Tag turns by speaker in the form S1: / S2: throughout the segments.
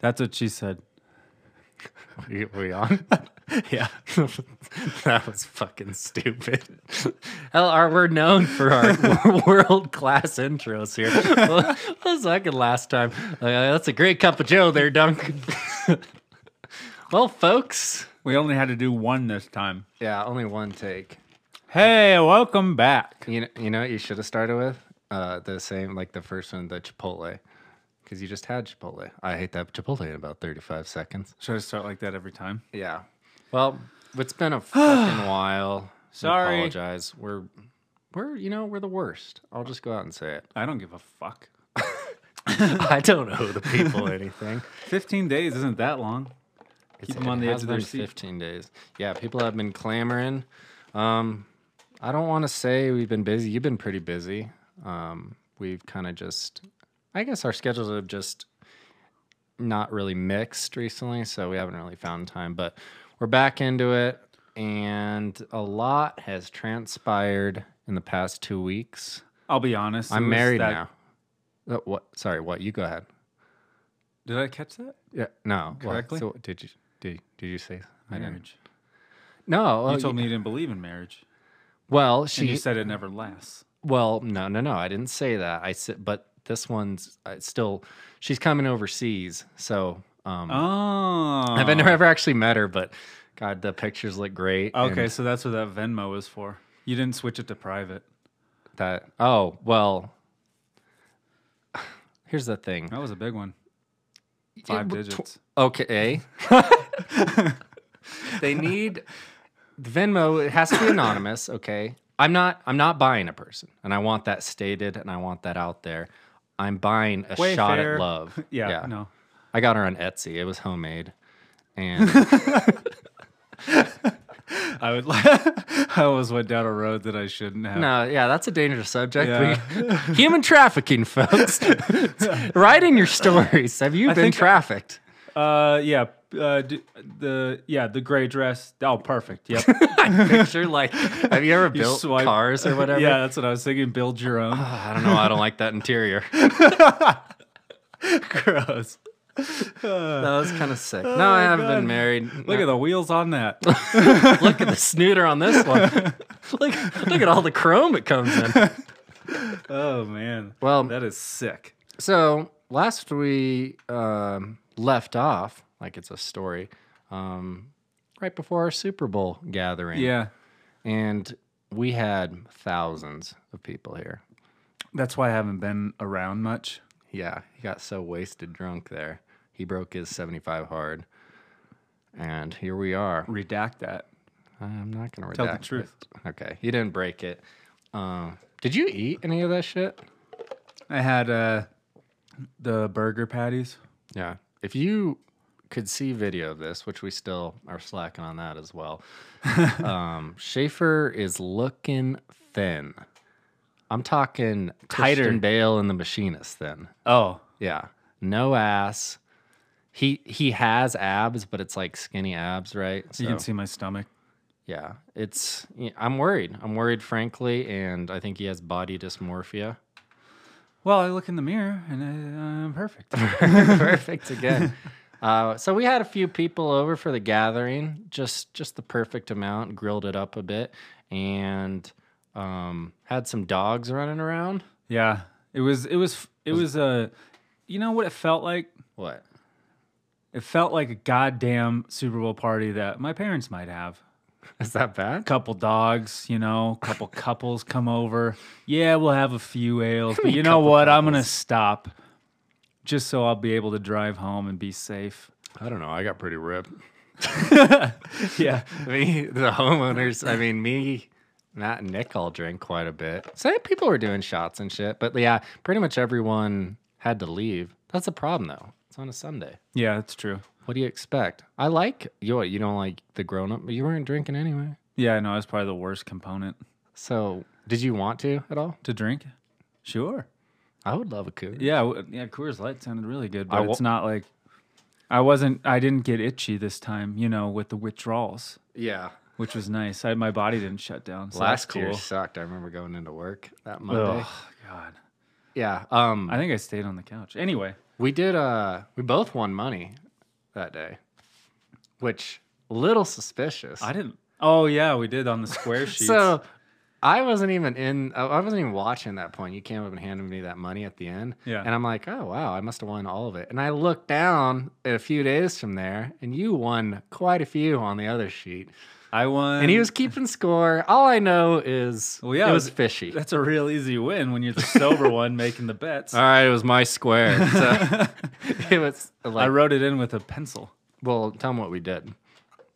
S1: That's what she said.
S2: We, we on?
S1: Yeah.
S2: that was fucking stupid. Hell, are we're known for our world class intros here? Well, what was like the last time? Uh, that's a great cup of Joe there, Dunk. well, folks.
S1: We only had to do one this time.
S2: Yeah, only one take.
S1: Hey, welcome back.
S2: You know, you know what you should have started with? Uh, the same, like the first one, the Chipotle. Because you just had Chipotle. I hate that Chipotle in about 35 seconds.
S1: Should I start like that every time?
S2: Yeah. Well, it's been a fucking while. We
S1: Sorry.
S2: apologize. We're we're you know, we're the worst. I'll just go out and say it.
S1: I don't give a fuck.
S2: I don't owe the people anything.
S1: 15 days isn't that long. Keep them on the
S2: It
S1: edge
S2: has
S1: of their
S2: been
S1: seat.
S2: 15 days. Yeah, people have been clamoring. Um I don't want to say we've been busy. You've been pretty busy. Um we've kind of just I guess our schedules have just not really mixed recently, so we haven't really found time, but we're back into it and a lot has transpired in the past 2 weeks.
S1: I'll be honest. it
S2: I'm
S1: was
S2: married
S1: that-
S2: now. Uh, What sorry, what? You go ahead.
S1: Did I catch that?
S2: Yeah, no. what?
S1: Correctly?
S2: So did you did, did you say I didn't.
S1: Marriage.
S2: No,
S1: You
S2: oh,
S1: told me you didn't believe in marriage.
S2: Well,
S1: And you
S2: she.
S1: said it never lasts.
S2: Well, no, no, no. I didn't say that. I said, but this one's uh, still. She's coming overseas, so um,
S1: Oh.
S2: I've never actually met her, but God, the pictures look great. and
S1: Okay, so that's what that Venmo is for. You didn't switch it to private.
S2: That. Oh well. Here's the thing.
S1: That was a big one. Five
S2: w- tw-
S1: digits.
S2: Okay. they need Venmo. It has to be anonymous. Okay. I'm not. I'm not buying a person, and I want that stated, and I want that out there. I'm buying a shot
S1: Wayfair.
S2: at love.
S1: Yeah, no.
S2: I got her on Etsy. It was homemade, and
S1: I would. I always went down a road that I shouldn't have.
S2: no, uh, yeah, that's a dangerous subject.
S1: Yeah.
S2: We- human trafficking, folks. Write in your stories. Have you been
S1: think-
S2: trafficked?
S1: Uh, yeah. Uh, d- the yeah the gray dress. Oh, perfect. Yep.
S2: Picture like, have you ever built
S1: swipe-
S2: cars or whatever?
S1: yeah, that's what I was thinking. Build your own.
S2: I don't know. why I don't like that interior.
S1: Uh, Gross.
S2: That was kind of sick. no, I haven't
S1: oh God.
S2: been married.
S1: Look at the wheels on that.
S2: at look at the snooter on this one. look look at all the chrome it comes in.
S1: oh man.
S2: Well- um,
S1: that is sick.
S2: So last we um, left off, like it's a story, um, right before our Super Bowl gathering.
S1: Yeah.
S2: and we had thousands of people here.
S1: That's why I haven't been around much.
S2: Yeah, he got so wasted drunk there. He broke his seventy-five hard, and here we are.
S1: Redact that.
S2: I'm not gonna redact
S1: Tell the
S2: it.
S1: truth.
S2: Okay, he didn't break it. Um, did you eat any of that shit?
S1: I had uh, the burger patties.
S2: Yeah. If you could see video of this, which we still are slacking on that as well, um, Schaefer is looking thin. I'm talking
S1: Tighter.
S2: Christian Bale and the Machinist thin.
S1: Oh,
S2: Yeah. No ass. He he has abs, but it's like skinny abs, right? So
S1: you can see my stomach.
S2: yeah, it's yeah, I'm worried. I'm worried, frankly, and I think he has body dysmorphia.
S1: Well, I look in the mirror and I, I'm perfect.
S2: perfect again. Uh, so we had a few people over for the gathering, just just the perfect amount. Grilled it up a bit, and um, had some dogs running around.
S1: yeah, it was. It was. It was uh, you know what it felt like.
S2: What?
S1: It felt like a goddamn Super Bowl party that my parents might have.
S2: Is that bad?
S1: Couple dogs, you know, couple couples come over. Yeah, we'll have a few ales, but you know what? I'm gonna stop, just so I'll be able to drive home and be safe.
S2: I don't know. I got pretty ripped.
S1: Yeah,
S2: me, the homeowners, I mean, me, Matt, and Nick all drank quite a bit. So people were doing shots and shit. But yeah, pretty much everyone had to leave. That's a problem, though. It's on a Sunday.
S1: yeah, that's true.
S2: What do you expect? I like, you what, you don't like the grown up, but you weren't drinking anyway.
S1: Yeah, I know. That's probably the worst component
S2: So did you want to at all?
S1: to drink. Sure.
S2: I would love a coup.
S1: Yeah, w- yeah. Coors Light sounded really good, but
S2: I wa-
S1: it's not like I wasn't. I didn't get itchy this time, you know, with the withdrawals.
S2: Yeah.
S1: which was nice. I, my body didn't shut down. So
S2: Last
S1: that's
S2: year
S1: cool.
S2: sucked. I remember going into work that Monday.
S1: Oh God,
S2: Yeah. Um
S1: I think I stayed on the couch. Anyway,
S2: we did uh we both won money that day. Which a little suspicious.
S1: I didn't. Oh yeah, we did on the square sheets.
S2: so I wasn't even in I- I wasn't even watching at that point. You came up and handed me that money at the end.
S1: Yeah.
S2: And I'm like, oh wow, I must have won all of it. And I looked down a few days from there and you won quite a few on the other sheet.
S1: I won.
S2: And he was keeping score. All I know is
S1: Well, yeah,
S2: it was
S1: it-
S2: fishy.
S1: That's a real easy win when you're the sober one making the bets.
S2: All right, it was my square. So it was
S1: I
S2: like,
S1: wrote it in with a pencil.
S2: well, tell them what we did.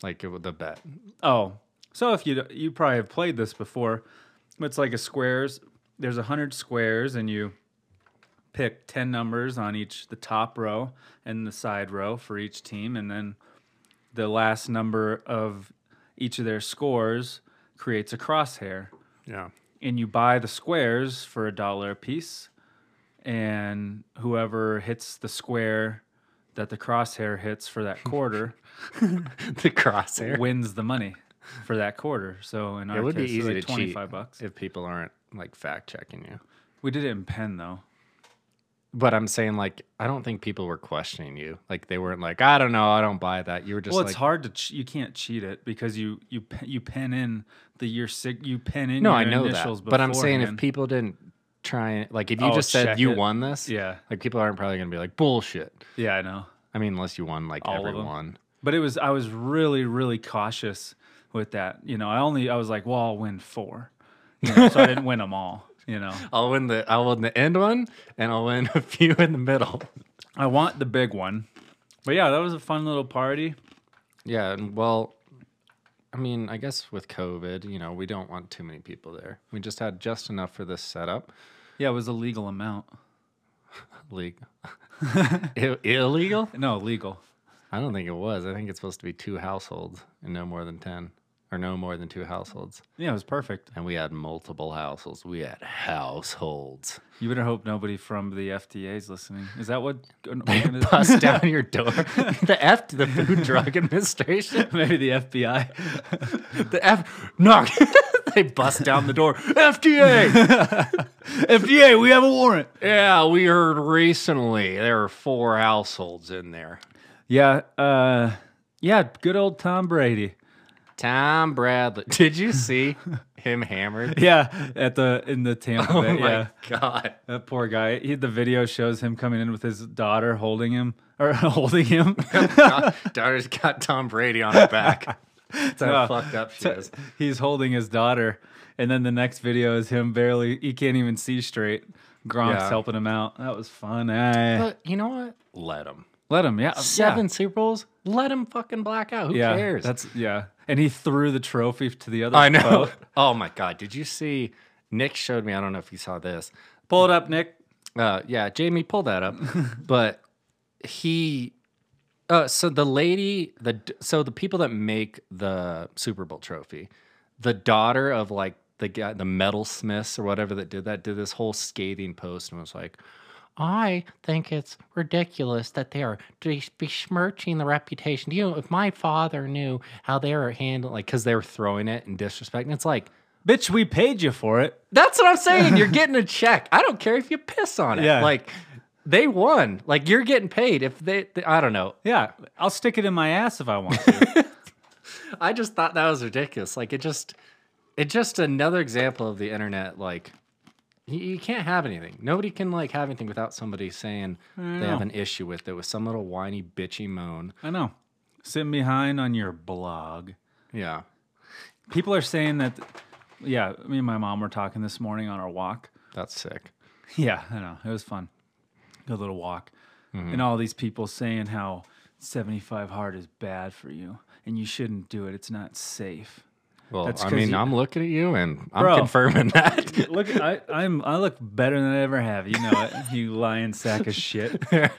S2: Like it was the bet.
S1: Oh, so if you you probably have played this before, it's like a squares. There's a hundred squares, and you pick ten numbers on each the top row and the side row for each team, and then the last number of each of their scores creates a crosshair,
S2: Yeah.
S1: and you buy the squares for a dollar a piece, and whoever hits the square that the crosshair hits for that quarter
S2: the crosshair.
S1: wins the money for that quarter. So in our
S2: It would be
S1: case, it's
S2: easy
S1: like
S2: to
S1: 25
S2: cheat
S1: bucks.
S2: if people aren't like fact checking you.
S1: We did it in pen though.
S2: But I'm saying like I don't think people were questioning you. Like they weren't like I don't know, I don't buy that. You were just
S1: well,
S2: like
S1: it's hard to ch- you can't cheat it because you you pe- you pen in the year sig you pen in
S2: no,
S1: your
S2: I know that.
S1: initials
S2: But I'm saying if
S1: beforehand.
S2: people didn't try and like if you
S1: Oh,
S2: just
S1: check
S2: said you
S1: it.
S2: won this,
S1: yeah
S2: like people aren't probably gonna be like bullshit.
S1: yeah I know.
S2: I mean, unless you won like
S1: All of 'em.
S2: everyone.
S1: But it was I was really really cautious with that. You know, I only I was like, well, I'll win four, you know, so I didn't win them all. You know,
S2: I'll win the I'll win the end one and I'll win a few in the middle.
S1: I want the big one. But yeah, that was a fun little party.
S2: Yeah, and well, I mean, I guess with COVID, you know, we don't want too many people there. We just had just enough for this setup.
S1: Yeah, it was a legal amount.
S2: Legal. I- illegal?
S1: No, legal.
S2: I don't think it was. I think it's supposed to be two households and no more than 10 or no more than two households.
S1: Yeah, it was perfect.
S2: And we had multiple households. We had households.
S1: You better hope nobody from the FDA is listening. Is that what an organi-
S2: Bust down your door. the F, the Food Drug Administration.
S1: Maybe the FBI.
S2: The F, knock. they bust down the door. FDA.
S1: FDA, we have a warrant.
S2: Yeah, we heard recently there are four households in there.
S1: Yeah, uh, yeah. Good old Tom Brady.
S2: Tom Bradley. Did you see him hammered?
S1: Yeah, at the in the Tampa
S2: Oh
S1: Bay.
S2: my
S1: yeah,
S2: god.
S1: that poor guy. He, the video shows him coming in with his daughter, holding him or holding him.
S2: Da- Daughter's got Tom Brady on her back. That's how
S1: No.
S2: fucked up she is.
S1: He's holding his daughter, and then the next video is him barely. He can't even see straight. Gronk's
S2: Yeah.
S1: helping him out. That was fun. eh.
S2: But you know what? Let him.
S1: Let him. Yeah, yeah.
S2: Seven Super Bowls? Let him fucking black out. Who
S1: Yeah,
S2: cares?
S1: that's yeah. And he threw the trophy to the other.
S2: I know.
S1: Boat.
S2: Oh my god. Did you see Nick showed me, I don't know if you saw this.
S1: Pull it up, Nick.
S2: Uh, yeah, Jamie, pull that up. but he, uh, so the lady, the so the people that make the Super Bowl trophy, the daughter of like the guy, the metalsmiths or whatever that did that, did this whole scathing post and was like, I think it's ridiculous that they are des- besmirching the reputation. You know, if my father knew how they were handling, like, because they were throwing it in disrespect, and it's like.
S1: Bitch, we paid you for it.
S2: That's what I'm saying. You're getting a check. I don't care if you piss on it.
S1: Yeah.
S2: Like they won. Like you're getting paid. If they, they- I don't know.
S1: Yeah, I'll stick it in my ass if I want to.
S2: I just thought that was ridiculous. Like it just, it just another example of the internet. Like you, you can't have anything. Nobody can like have anything without somebody saying they have an issue with it with some little whiny bitchy moan.
S1: I know. Sitting behind on your blog.
S2: Yeah.
S1: People are saying that. Yeah, me and my mom were talking this morning on our walk.
S2: That's sick.
S1: Yeah, Mm-hmm. I know. It was fun. Good little walk. And all these people saying how 75 hard is bad for you and you shouldn't do it. It's not safe.
S2: Well,
S1: That's
S2: I
S1: 'cause
S2: mean,
S1: you-
S2: I'm looking at you and I'm
S1: Bro.
S2: confirming that.
S1: Look, I, I'm I look better than I ever have. You know it, you lying sack of shit.
S2: it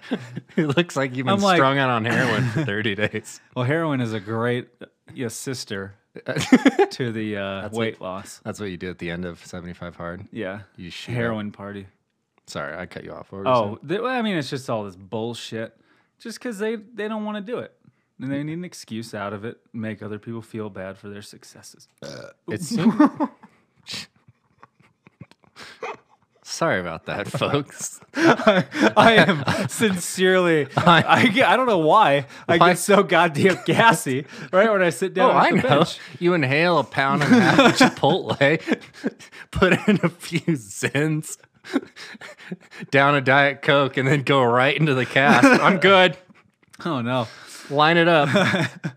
S2: looks like you've been
S1: I'm like-
S2: strung out on heroin for 30 days.
S1: Well, heroin is a great yeah, sister to the uh, weight loss.
S2: That's what you do at the end of 75 Hard.
S1: Yeah,
S2: You shoot up.
S1: heroin party.
S2: Sorry, I cut you off. What were you saying?
S1: Oh, th- well, I mean, it's just all this bullshit. Just because they they don't want to do it. and they need an excuse out of it, make other people feel bad for their successes.
S2: It seems. Sorry about that, folks.
S1: I am sincerely, I, get, I don't know why I
S2: Why?
S1: get so goddamn gassy right when I sit down.
S2: Oh,
S1: at
S2: I
S1: the
S2: know.
S1: bench.
S2: You inhale a pound and a half of Chipotle, put in a few Zins, down a Diet Coke, and then go right into the cast. I'm good.
S1: Oh no.
S2: Line it up. Um,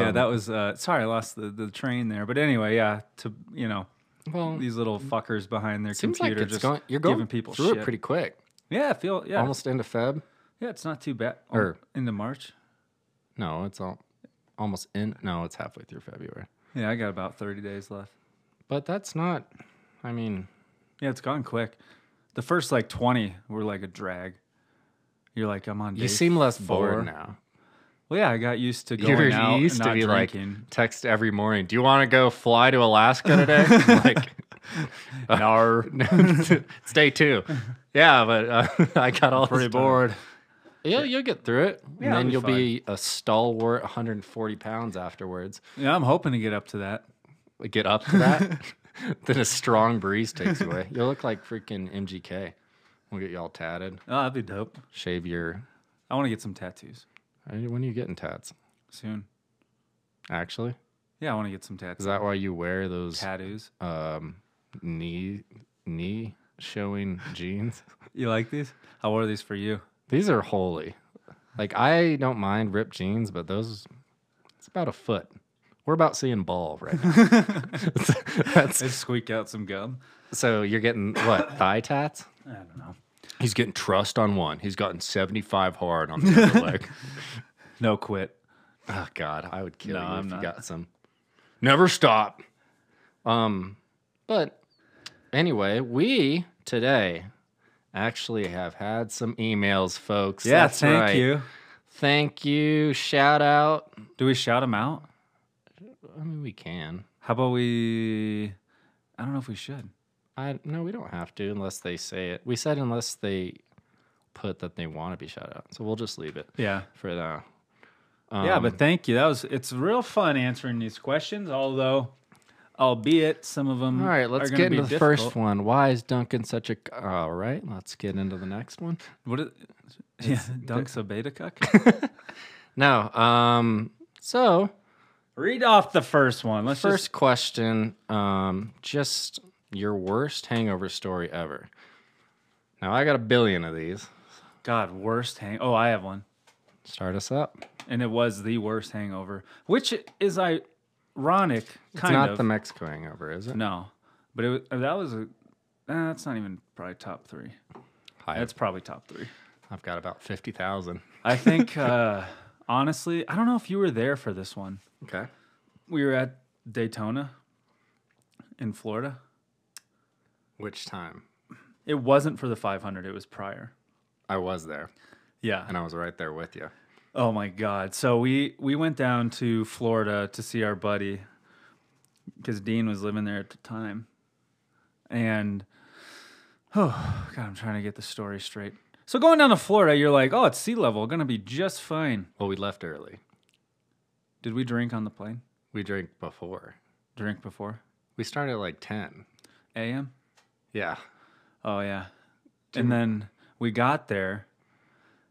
S1: yeah, that was. Uh, sorry, I lost the, the train there. But anyway, yeah. To you know,
S2: Well,
S1: these little fuckers behind their
S2: Mm, seems like
S1: computer
S2: it's
S1: just
S2: going. You're going
S1: giving people
S2: through
S1: shit.
S2: it pretty quick.
S1: yeah, I feel yeah,
S2: Almost Er. into Feb.
S1: yeah. It's not too bad. Oh,
S2: Or-
S1: into March.
S2: No, it's all almost in. No, it's halfway through February.
S1: Yeah, I got about thirty days left.
S2: But that's not. I mean,
S1: Yeah, it's gone quick. The first like twenty were like a drag. You're like, I'm on.
S2: you
S1: day
S2: seem less
S1: four.
S2: bored now.
S1: Well, yeah, I got used to going
S2: You're
S1: out
S2: you used
S1: and
S2: to
S1: not
S2: be
S1: drinking.
S2: like text every morning. Do you want to go fly to Alaska today? like,
S1: Nar.
S2: stay two. Yeah, but uh, I got all pretty bored. Yeah, you'll get through it,
S1: Yeah,
S2: and
S1: I'll
S2: then
S1: be
S2: you'll be a stalwart, 140 pounds afterwards.
S1: yeah, I'm hoping to get up to that.
S2: Get up to that, then a strong breeze takes you away. You'll look like freaking MGK. We'll get you all tatted.
S1: Oh, that'd be dope.
S2: Shave your.
S1: I want to get some tattoos
S2: I- When are you getting tats?
S1: soon.
S2: Actually,
S1: Yeah, I want to get some
S2: is
S1: tattoos.
S2: that why you wear those
S1: Tattoos.
S2: um, knee knee showing jeans?
S1: You like these? I wore these for you.
S2: These are holy. Like I don't mind ripped jeans, but those it's about a foot. We're about seeing ball right now. That's,
S1: I squeak out some gum.
S2: so you're getting what thigh tats?
S1: I don't know.
S2: He's getting trust on one. He's gotten 75 hard on the other leg.
S1: No quit.
S2: Oh God, I would kill
S1: No,
S2: you
S1: I'm
S2: if
S1: not.
S2: you got some. Never stop. Um, but anyway, we today actually have had some emails, folks.
S1: Yeah,
S2: That's
S1: thank
S2: right.
S1: you.
S2: Thank you. Shout out.
S1: Do we shout them out?
S2: I mean, we can.
S1: How about we? I don't know if we should.
S2: I no, we don't have to unless they say it. We said unless they put that they want to be shout out, so we'll just leave it
S1: Yeah.
S2: for now.
S1: yeah, but thank you. That was. It's real fun answering these questions, although, albeit some of them.
S2: All right, let's
S1: Mm, are gonna
S2: get
S1: be
S2: into the
S1: difficult.
S2: first one. Why is Duncan such a? c- All right, let's get into the next one.
S1: What is? Yeah, Dunk's a beta cuck.
S2: No, um, so
S1: Read off the first one. Let's
S2: first question, um, just your worst hangover story ever. Now I got a billion of these.
S1: just God worst hang. Oh, I have one,
S2: Start us up.
S1: and it was the worst hangover, which is ironic,
S2: It's
S1: kind
S2: not
S1: of.
S2: the Mexico hangover, is it?
S1: no, but it was, that was a. Uh, that's not even probably top three.
S2: Hi,
S1: That's probably top three.
S2: I've got about fifty thousand.
S1: I think uh, honestly, I don't know if you were there for this one.
S2: Okay.
S1: We were at Daytona in Florida.
S2: Which time?
S1: It wasn't for the 500. It was prior.
S2: I was there,
S1: Yeah.
S2: and I was right there with you.
S1: Oh my god. So we we went down to Florida to see our buddy cuz Dean was living there at the time. And oh god, I'm trying to get the story straight. So going down to Florida, you're like, "Oh, it's sea level, going to be just fine."
S2: Well, we left early.
S1: Did we drink on the plane?
S2: We drank before.
S1: Drink before
S2: We started at like ten.
S1: AM?
S2: Yeah.
S1: Oh yeah. And then we got there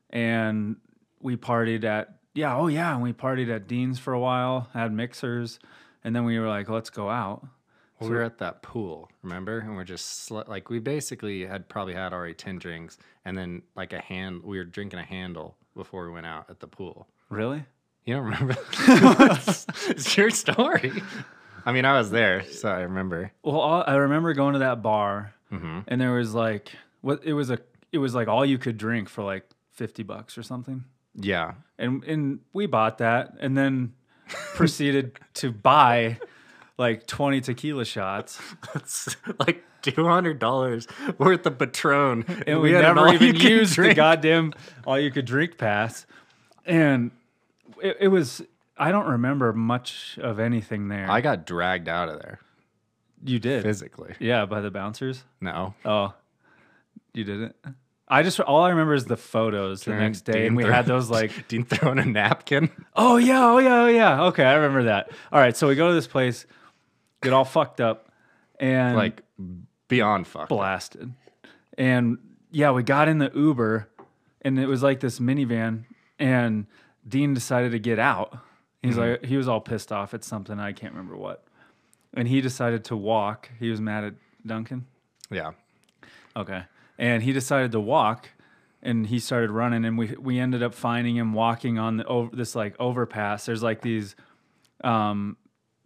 S1: and we partied at yeah, oh yeah, and we partied at Dean's for a while, had mixers, and then we were like, "Let's go out."
S2: Well, we were at that pool, remember? And we're just sl- like we basically had probably had already ten drinks, and then like a hand. We were drinking a handle before we went out at the pool.
S1: Really?
S2: You don't remember? it's your story. I mean, I was there, so I remember.
S1: Well, all, I remember going to that bar,
S2: Mm-hmm.
S1: and there was like what it was a it was like all you could drink for like fifty bucks or something,
S2: Yeah.
S1: and and we bought that, and then proceeded to buy like twenty tequila shots,
S2: That's like two hundred dollars worth of Patron,
S1: and we,
S2: had an
S1: never
S2: all
S1: even
S2: you can
S1: used the
S2: drink.
S1: goddamn all you could drink pass, and it, it was I don't remember much of anything there.
S2: I got dragged out of there
S1: you did,
S2: physically.
S1: yeah, by the bouncers.
S2: No,
S1: Oh, you didn't. I just all I remember is the photos the
S2: Turn
S1: next day,
S2: Dean
S1: and we
S2: throw-
S1: had those like
S2: Dean throwing a napkin.
S1: Oh yeah, oh yeah, oh yeah. Okay, I remember that. All right, so we go to this place, get all fucked up, and
S2: Like beyond fuck.
S1: blasted. And yeah, we got in the Uber, and it was like this minivan, and Dean decided to get out. He's like he was all pissed off at something I can't remember what, and he decided to walk. He was mad at Duncan.
S2: Yeah.
S1: Okay. And he decided to walk and he started running and we we ended up finding him walking on the over this like overpass. There's like these um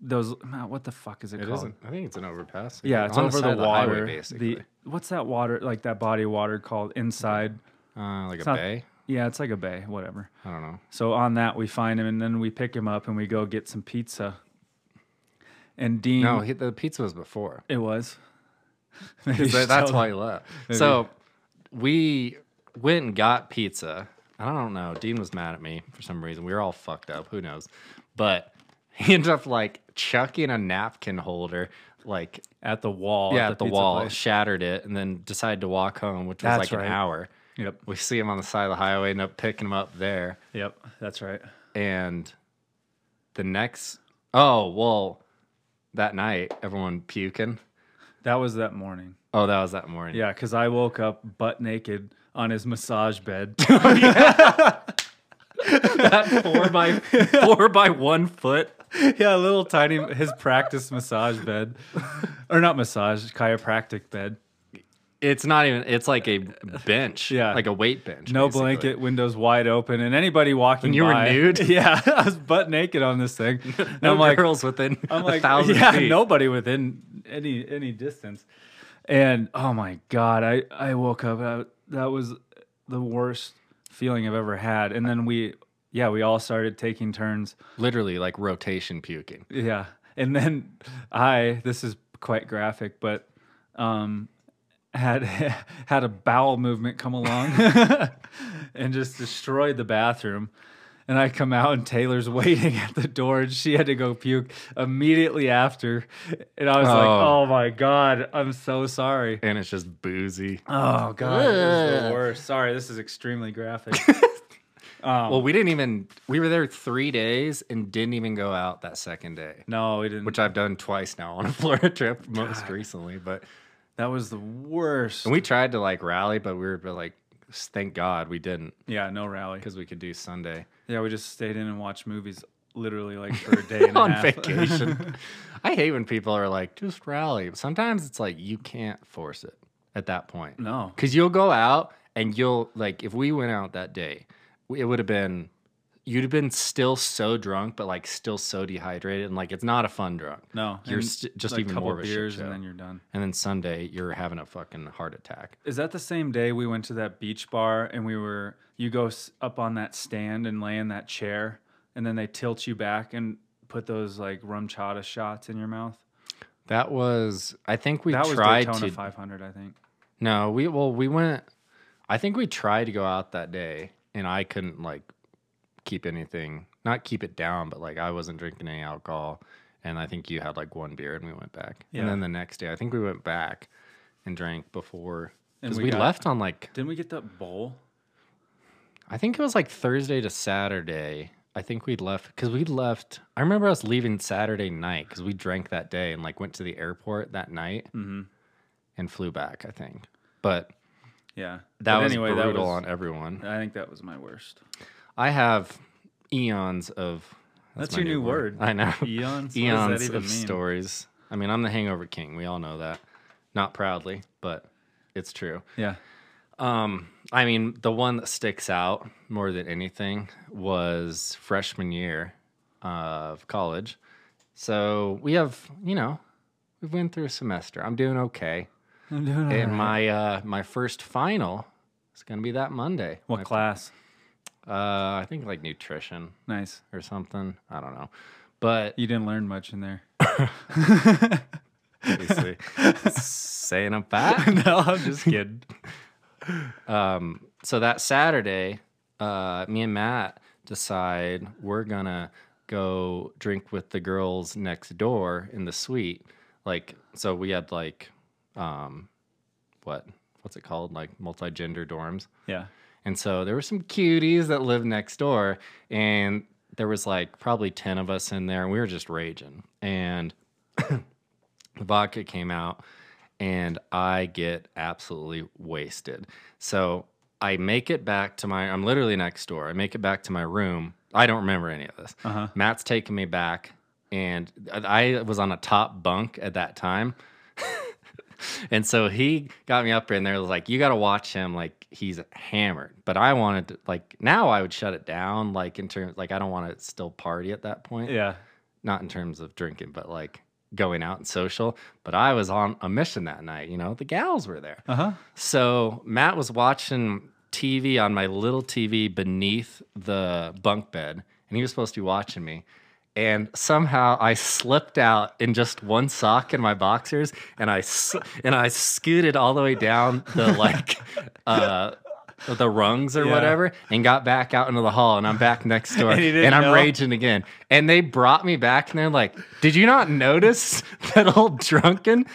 S1: those man, what the fuck is it,
S2: It
S1: called?
S2: not I think it's an overpass.
S1: Yeah, it's
S2: On
S1: over
S2: side
S1: the,
S2: of
S1: water.
S2: highway,
S1: The-
S2: basically.
S1: what's that water like that body of water called inside?
S2: uh, like a
S1: not-
S2: bay.
S1: Yeah, it's like a bay, whatever.
S2: I don't know.
S1: So on that we find him and then we pick him up and we go get some pizza. And Dean
S2: No, he, the pizza was before.
S1: it was.
S2: Is that- that's why he left. So we went and got pizza. I don't know. Dean was mad at me for some reason. We were all fucked up. Who knows? But he ended up like chucking a napkin holder, like
S1: at the wall.
S2: yeah, at the
S1: pizza
S2: wall,
S1: place.
S2: shattered it, and then decided to walk home, which was
S1: That's
S2: like
S1: right.
S2: an hour.
S1: Yep.
S2: We see him on the side of the highway, end up picking him up there.
S1: Yep. That's right.
S2: and the next oh well that night everyone puking
S1: That was that morning.
S2: oh that was that morning
S1: Yeah, because I woke up butt naked on his massage bed.
S2: that four by four by one foot
S1: yeah, a little tiny, his practice massage bed. Or not massage, chiropractic bed.
S2: it's not even it's like a bench
S1: Yeah.
S2: like a weight bench
S1: No
S2: basically.
S1: blanket, windows wide open, and anybody walking
S2: And you were
S1: by-
S2: nude?
S1: Yeah, I was butt naked on this thing. And
S2: no
S1: I'm like,
S2: girls within
S1: I'm like,
S2: a thousand
S1: yeah,
S2: feet
S1: nobody within any any distance. And oh my god, I I woke up. I, that was the worst feeling I've ever had. And then we, yeah, we all started taking turns.
S2: literally like rotation puking
S1: Yeah. And then I, this is quite graphic, but um, had had a bowel movement come along and just destroyed the bathroom. And I come out and Taylor's waiting at the door and she had to go puke immediately after. And I was like,
S2: Oh.
S1: oh my God, I'm so sorry.
S2: and it's just boozy
S1: Oh God, it was the
S2: Ugh.
S1: worst. Sorry, this is extremely graphic.
S2: well we didn't even we were there three days and didn't even go out that second day
S1: No, we didn't.
S2: which i've done twice now on a florida trip most recently but
S1: that was the worst.
S2: And we tried to like rally, but we were but, like, thank God we didn't
S1: yeah, no rally.
S2: because we could do Sunday
S1: Yeah, we just stayed in and watched movies literally like for a day and
S2: on
S1: a half.
S2: vacation. I hate when people are like, just rally. Sometimes it's like you can't force it at that point
S1: no.
S2: because you'll go out and you'll like if we went out that day, we- it would have been you'd have been still so drunk, but like still so dehydrated and like it's not a fun drunk.
S1: No.
S2: You're
S1: and
S2: st- just
S1: like
S2: even
S1: couple
S2: more of a shit
S1: beers
S2: show.
S1: and then you're done.
S2: And then Sunday you're having a fucking heart attack.
S1: Is that the same day we went to that beach bar and we were you go s- up on that stand and lay in that chair and then they tilt you back and put those like rum chata shots in your mouth?
S2: That was I think we
S1: That was
S2: tried
S1: Daytona
S2: to
S1: 500, I think.
S2: No, we well we went. I think we tried to go out that day, and I couldn't like keep anything, not keep it down, but like I wasn't drinking any alcohol, and I think you had like one beer, and we went back.
S1: Yeah.
S2: And then the next day, I think we went back and drank before
S1: And
S2: because
S1: we
S2: we,
S1: got-
S2: left on like
S1: Didn't we get that bowl?
S2: I think it was like Thursday to Saturday. I think we left because we left. I remember us leaving Saturday night because we drank that day and like went to the airport that night
S1: Mm-hmm.
S2: and flew back. I think, but
S1: Yeah.
S2: that
S1: But
S2: was brutal
S1: that was,
S2: on everyone.
S1: I think that was my worst.
S2: I have eons of.
S1: That's
S2: my
S1: your new word.
S2: I know.
S1: Eons? What does that
S2: eons
S1: even
S2: of
S1: mean?
S2: stories. I mean, I'm the hangover king. We all know that. Not proudly, but it's true.
S1: Yeah.
S2: Um, I mean, the one that sticks out more than anything was freshman year of college. So we have, you know, we've went through a semester. I'm doing okay.
S1: I'm doing
S2: And my uh, my first final is going to be that Monday.
S1: What class?
S2: Uh, I think like nutrition
S1: Nice.
S2: or something. I don't know. But
S1: You didn't learn much in there.
S2: obviously, saying I'm fat.
S1: no, I'm just kidding.
S2: Um, so that Saturday, uh, me and Matt decide we're gonna go drink with the girls next door in the suite. Like, so we had like, um, what what's it called? Like multi gender dorms.
S1: Yeah.
S2: And so there were some cuties that lived next door, and there was like probably 10 of us in there, and we were just raging. And the vodka came out, and I get absolutely wasted. So I make it back to my, I'm literally next door. I make it back to my room. I don't remember any of this.
S1: Uh-huh.
S2: Matt's taking me back, and I I was on a top bunk at that time. And so he got me up in there, was like, you got to watch him. Like, he's hammered. But I wanted to, like, now I would shut it down, like, in terms, like, I don't want to still party at that point.
S1: Yeah.
S2: Not in terms of drinking, but like going out and social. But I was on a mission that night, you know, the gals were there.
S1: Uh huh.
S2: So Matt was watching TV on my little TV beneath the bunk bed, and he was supposed to be watching me. And somehow I slipped out in just one sock in my boxers, and I s- and I scooted all the way down the like uh, the rungs or
S1: Yeah.
S2: whatever, and got back out into the hall. And I'm back next door,
S1: And he didn't
S2: I'm
S1: know?
S2: raging again. And they brought me back, and they're like, "Did you not notice that old drunken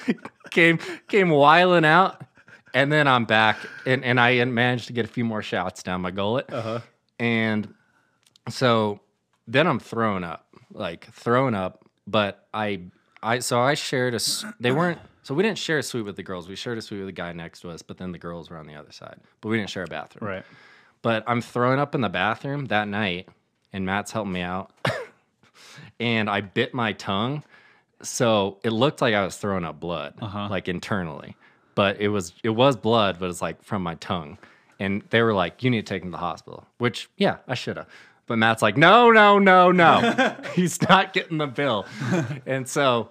S2: came came whiling out?" and then I'm back, and, and I managed to get a few more shots down my gullet.
S1: Uh-huh.
S2: And so then I'm thrown up, like thrown up. But I, I so I shared a. s- They weren't so we didn't share a suite with the girls. We shared a suite with the guy next to us, but then the girls were on the other side. But we didn't share a bathroom
S1: Right.
S2: but I'm thrown up in the bathroom that night, and Matt's helping me out. and I bit my tongue, so it looked like I was throwing up blood, like internally. But it was it was blood, but it's like from my tongue. And they were like, "You need to take him to the hospital," which yeah, I should have. But Matt's like, "No, no, no, no, he's not getting the bill." and so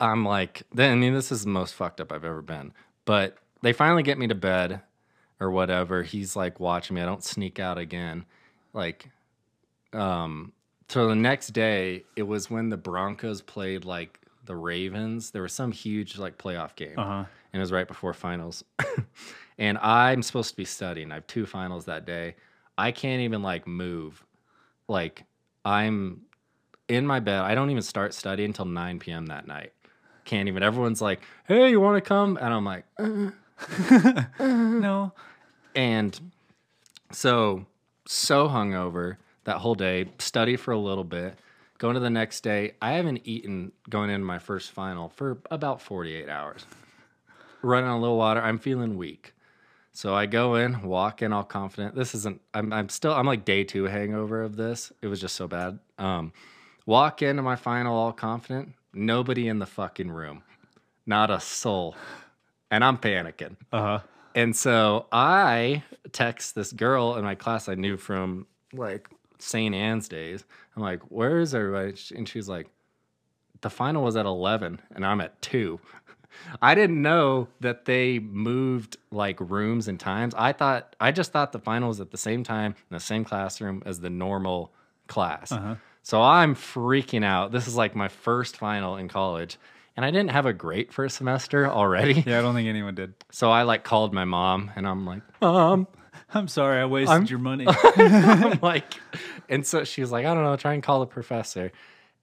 S2: I'm like, then I mean, this is the most fucked up I've ever been. But they finally get me to bed or whatever. He's like watching me. I don't sneak out again. Like, um, so the next day, it was when the Broncos played like the Ravens. There was some huge like playoff game,
S1: Uh-huh.
S2: and it was right before finals. and I'm supposed to be studying. I have two finals that day. I can't even like move. Like, I'm in my bed. I don't even start studying until 9 p.m. that night. Can't even. Everyone's like, hey, you want to come? And I'm like,
S1: No.
S2: and so, so hungover that whole day, study for a little bit, going to the next day. I haven't eaten going into my first final for about 48 hours. Running on a little water. I'm feeling weak. So I go in, walk in all confident. This isn't, I'm, I'm still, I'm like day two hangover of this. It was just so bad. Um, walk into my final all confident. Nobody in the fucking room, not a soul. And I'm panicking.
S1: Uh huh.
S2: And so I text this girl in my class I knew from like St. Anne's days. I'm like, where is everybody? Sh- And she's like, the final was at 11 and I'm at 2. I didn't know that they moved like rooms and times. I thought, I just thought the final was at the same time in the same classroom as the normal class. So I'm freaking out. This is like my first final in college. And I didn't have a great first semester already.
S1: Yeah, I don't think anyone did.
S2: So I like called my mom and I'm like,
S1: I'm sorry, I wasted your money.
S2: I'm like, and so she was like, I don't know, try and call the professor.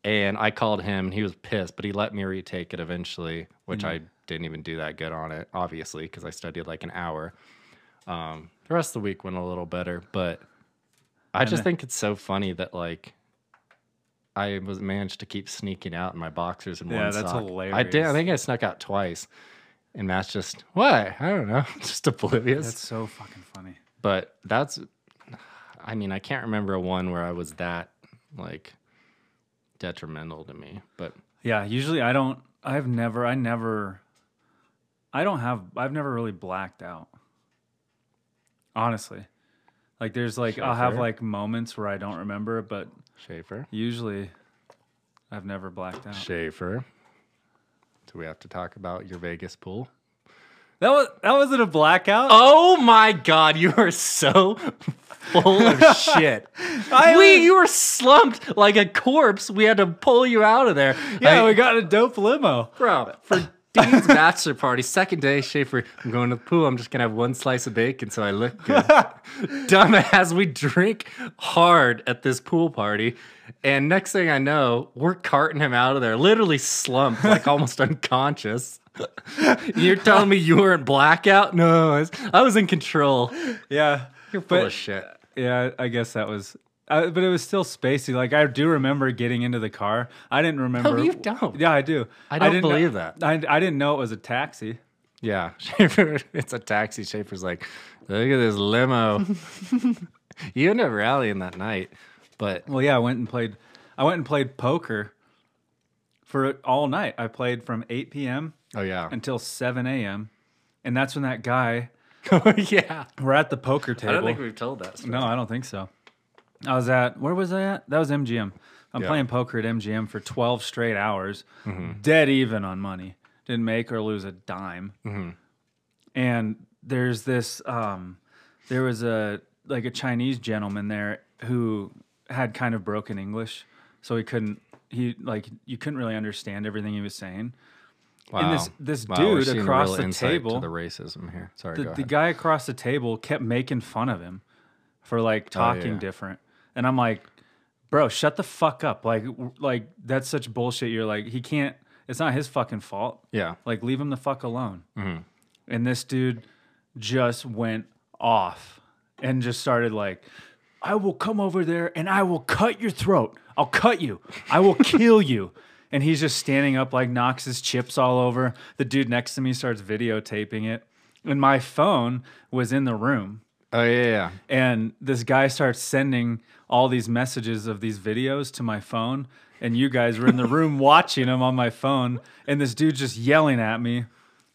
S2: And I called him and he was pissed, but he let me retake it eventually, which I
S1: Mm.
S2: didn't even do that good on it, obviously, because I studied like an hour. Um, the rest of the week went a little better, but I just think it's so funny that like I was managed to keep sneaking out in my boxers and
S1: Yeah,
S2: one
S1: that's
S2: sock. I did. I
S1: hilarious.
S2: think I snuck out twice, and Matt's just what? I don't know, just oblivious
S1: That's so fucking funny.
S2: but that's i mean i can't remember one where i was that like detrimental to me but
S1: Yeah, usually I don't. I've never. I never. I don't have. I've never really blacked out. Honestly, like there's like I'll have
S2: Schaefer?
S1: like moments where I don't remember, but
S2: schaefer
S1: usually, I've never blacked out.
S2: schaefer do we have to talk about your vegas pool
S1: That was that wasn't a blackout.
S2: oh my god you are so full of shit
S1: I
S2: we
S1: was-
S2: you were slumped like a corpse we had to pull you out of there
S1: yeah,
S2: I-
S1: we got in a dope limo.
S2: bro for Dean's bachelor party, second day, Schaefer, I'm going to the pool. I'm just gonna have one slice of bacon so I look good. Dumbass, we drink hard at this pool party, and next thing I know, we're carting him out of there, literally slumped, like almost unconscious. You're telling me you weren't blackout? No, I was, I was in control.
S1: Yeah.
S2: Full
S1: but
S2: of shit.
S1: Yeah, I guess that was. Uh, but it was still spacey. Like I do remember getting into the car. I didn't remember.
S2: you don't.
S1: Yeah, I do.
S2: I don't
S1: didn't know-
S2: believe that.
S1: I, I didn't know it was a taxi.
S2: Yeah, Schaefer. It's a taxi. Schaefer's like, look at this limo. you end up rallying that night, but
S1: Well, yeah, I went and played. I went and played poker for all night. I played from 8 p.m.
S2: oh yeah,
S1: until 7 a.m. And that's when that guy. oh,
S2: yeah.
S1: We're at the poker table.
S2: I don't think we've told that. Story.
S1: No, I don't think so. I was at where was I at? That was MGM. I'm
S2: Yeah.
S1: playing poker at MGM for 12 straight hours, dead even on money. Didn't make or lose a dime. And there's this, um, there was a like a Chinese gentleman there who had kind of broken English, so he couldn't he like you couldn't really understand everything he was saying.
S2: Wow.
S1: this- this
S2: Wow, we're
S1: dude
S2: seeing
S1: across
S2: real
S1: the
S2: insight
S1: table-
S2: to the racism here. Sorry, go
S1: The, the
S2: ahead.
S1: guy across the table kept making fun of him for like talking
S2: Oh, yeah.
S1: different, and I'm like, bro, shut the fuck up. Like, w- like that's such bullshit. You're like, he can't. It's not his fucking fault.
S2: yeah,
S1: Like, leave him the fuck alone. And this dude just went off and just started like, I will come over there and I will cut your throat. I'll cut you. I will kill you. And he's just standing up like knocks his chips all over. The dude next to me starts videotaping it. And my phone was in the room.
S2: oh yeah, yeah.
S1: And this guy starts sending all these messages of these videos to my phone. And you guys were in the room watching them on my phone. And this dude just yelling at me.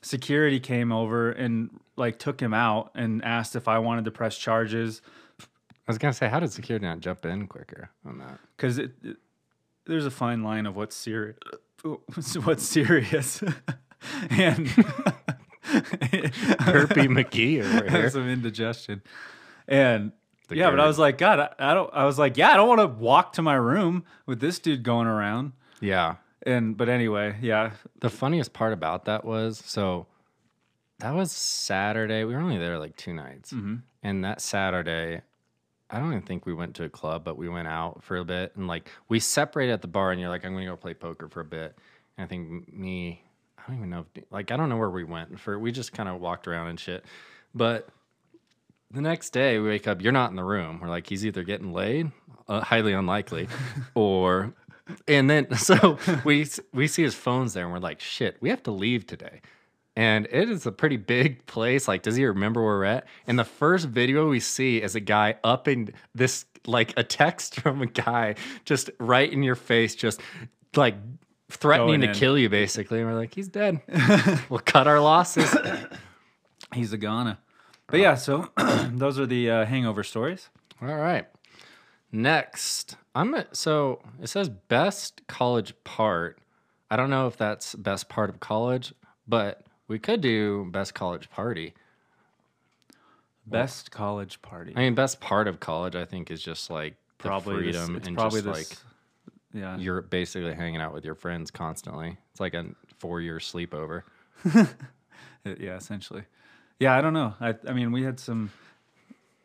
S1: Security came over and like took him out and asked if I wanted to press charges
S2: I was gonna say, how did security not jump in quicker on that?
S1: because it, it- there's a fine line of what's serious, what's serious, and
S2: Burpee McGee over
S1: had
S2: here.
S1: some indigestion. And yeah, but I
S2: GERD.
S1: was like, God, I, I don't. I was like, yeah, I don't want to walk to my room with this dude going around.
S2: Yeah.
S1: And but anyway, yeah,
S2: The funniest part about that was so that was Saturday. We were only there like two nights.
S1: mm-hmm.
S2: And that Saturday, I don't even think we went to a club, but we went out for a bit and like we separated at the bar and you're like, I'm gonna go play poker for a bit. And I think m- me, I don't even know if like I don't know where we went for we just kind of walked around and shit. But the next day we wake up, you're not in the room. We're like, he's either getting laid, uh, highly unlikely, or and then so we s- we see his phone's there and we're like, shit, we have to leave today. And it is a pretty big place. Like, does he remember where we're at? And the first video we see is a guy up in this, like a text from a guy just right in your face, just like threatening
S1: Going
S2: to
S1: in.
S2: kill you, basically. And we're like, he's dead. we'll cut our losses.
S1: he's a goner. But yeah, so those are the uh, hangover stories.
S2: All right. Next, I'm a- so it says best college part. I don't know if that's best part of college, but we could do best college party.
S1: Best college party.
S2: I mean, best part of college, I think, is just like the
S1: Probably this,
S2: freedom
S1: it's
S2: and
S1: probably
S2: just
S1: this.
S2: like
S1: yeah.
S2: you're basically hanging out with your friends constantly. It's like a four-year sleepover.
S1: Uh, Yeah, essentially. Yeah, I don't know. I, I mean, we had some.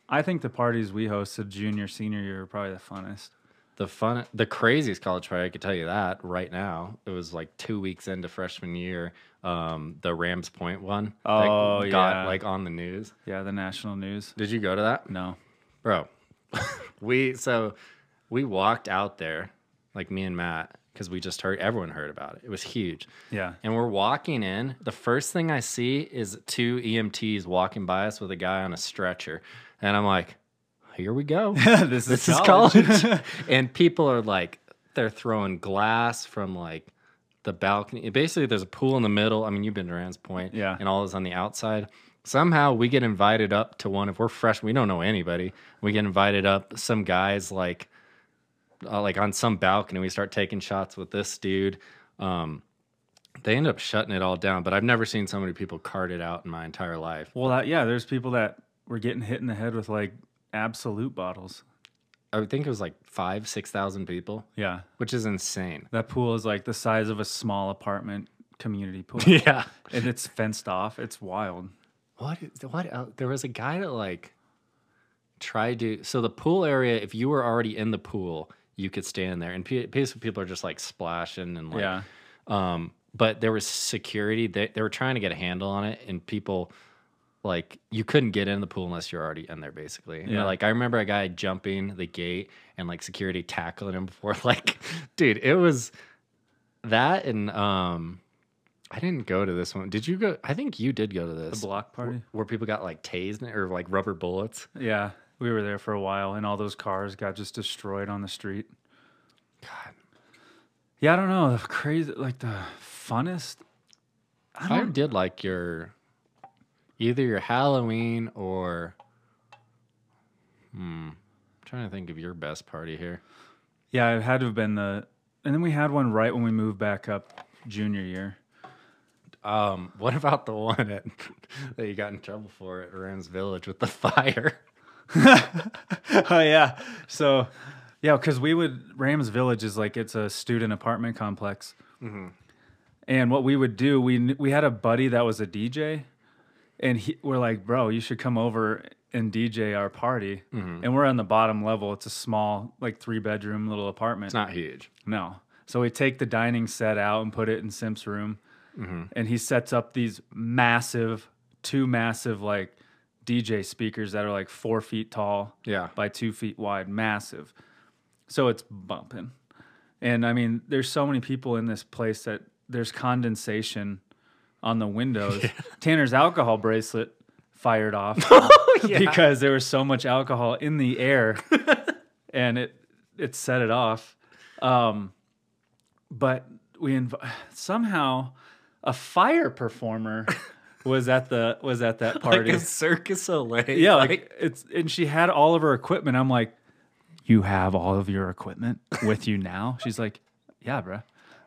S1: I think the parties we hosted junior, senior year were probably the funnest.
S2: The fun, the craziest college party, I could tell you that right now. It was like two weeks into freshman year. Um, the Rams Point one that
S1: Oh,
S2: got
S1: yeah.
S2: like on the news.
S1: Yeah, the national news.
S2: Did you go to that?
S1: No.
S2: Bro, we so we walked out there, like me and Matt, because we just heard everyone heard about it. It was huge.
S1: Yeah.
S2: And we're walking in. The first thing I see is two EMTs walking by us with a guy on a stretcher. And I'm like, here we go.
S1: this
S2: this is college. and people are like, they're throwing glass from like the balcony. Basically, there's a pool in the middle. I mean, you've been to Rand's Point,
S1: Yeah.
S2: and all is on the outside. Somehow we get invited up to one. If we're fresh, we don't know anybody. We get invited up. Some guys like, uh, like on some balcony. We start taking shots with this dude. Um, they end up shutting it all down. But I've never seen so many people carted out in my entire life.
S1: Well, that, yeah, there's people that were getting hit in the head with like absolute bottles.
S2: I would think it was like five, six thousand people,
S1: Yeah.
S2: which is insane.
S1: That pool is like the size of a small apartment community pool.
S2: Yeah.
S1: and it's fenced off. It's wild.
S2: What? is- What? el There was a guy that like tried to. So the pool area, if you were already in the pool, you could stay in there, and pe- basically people are just like splashing and like.
S1: yeah.
S2: Um, but there was security. They they were trying to get a handle on it, and people like you couldn't get in the pool unless you're already in there, basically. And they're
S1: Yeah.
S2: Like I remember a guy jumping the gate and like security tackling him before. Like, dude, it was that and um. I didn't go to this one. Did you go? I think you did go to this.
S1: The block party.
S2: where people got like tased or like rubber bullets.
S1: Yeah, we were there for a while, and all those cars got just destroyed on the street. God. Yeah, I don't know. The crazy, like the funnest. I
S2: I
S1: don't.
S2: did like your either your Halloween or hmm. I'm trying to think of your best party here.
S1: Yeah, it had to have been the. And then we had one right when we moved back up junior year.
S2: Um, what about the one at, that you got in trouble for at Rams Village with the fire?
S1: oh yeah. So yeah, because we would Rams Village is like it's a student apartment complex, and what we would do we kn- we had a buddy that was a DJ, and he, we're like, bro, you should come over and DJ our party, and we're on the bottom level. It's a small like three bedroom little apartment.
S2: It's not huge.
S1: No. So we take the dining set out and put it in Simp's room. And he sets up these massive, two massive, like DJ speakers that are like four feet tall
S2: Yeah.
S1: by two feet wide, massive. So it's bumping. And I mean, there's so many people in this place that there's condensation on the windows. Tanner's alcohol bracelet fired off because there was so much alcohol in the air and it it set it off. Um, but we inv- somehow a fire performer was at the was at that
S2: Like
S1: party.
S2: a circus Olay.
S1: yeah, like, it's and she had all of her equipment. I'm like, you have all of your equipment with you now? She's like, yeah, bruh.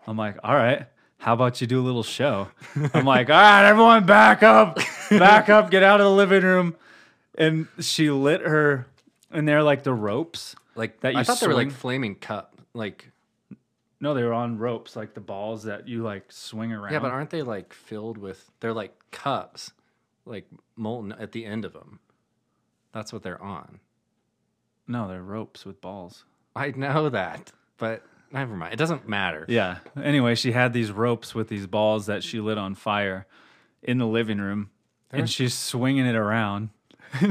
S1: I'm like, all right. How about you do a little show? I'm like, all right, everyone, back up, back up, get out of the living room. And she lit her, and they're like the ropes.
S2: like
S1: that
S2: I
S1: you
S2: thought they were like
S1: swing?
S2: flaming cup. Like
S1: No, they were on ropes, like the balls that you like swing around.
S2: yeah, but aren't they like filled with? They're like cups, like molten at the end of them. That's what they're on.
S1: no, they're ropes with balls.
S2: I know that, but never mind. It doesn't matter.
S1: Yeah. Anyway, she had these ropes with these balls that she lit on fire in the living room, and she's swinging it around.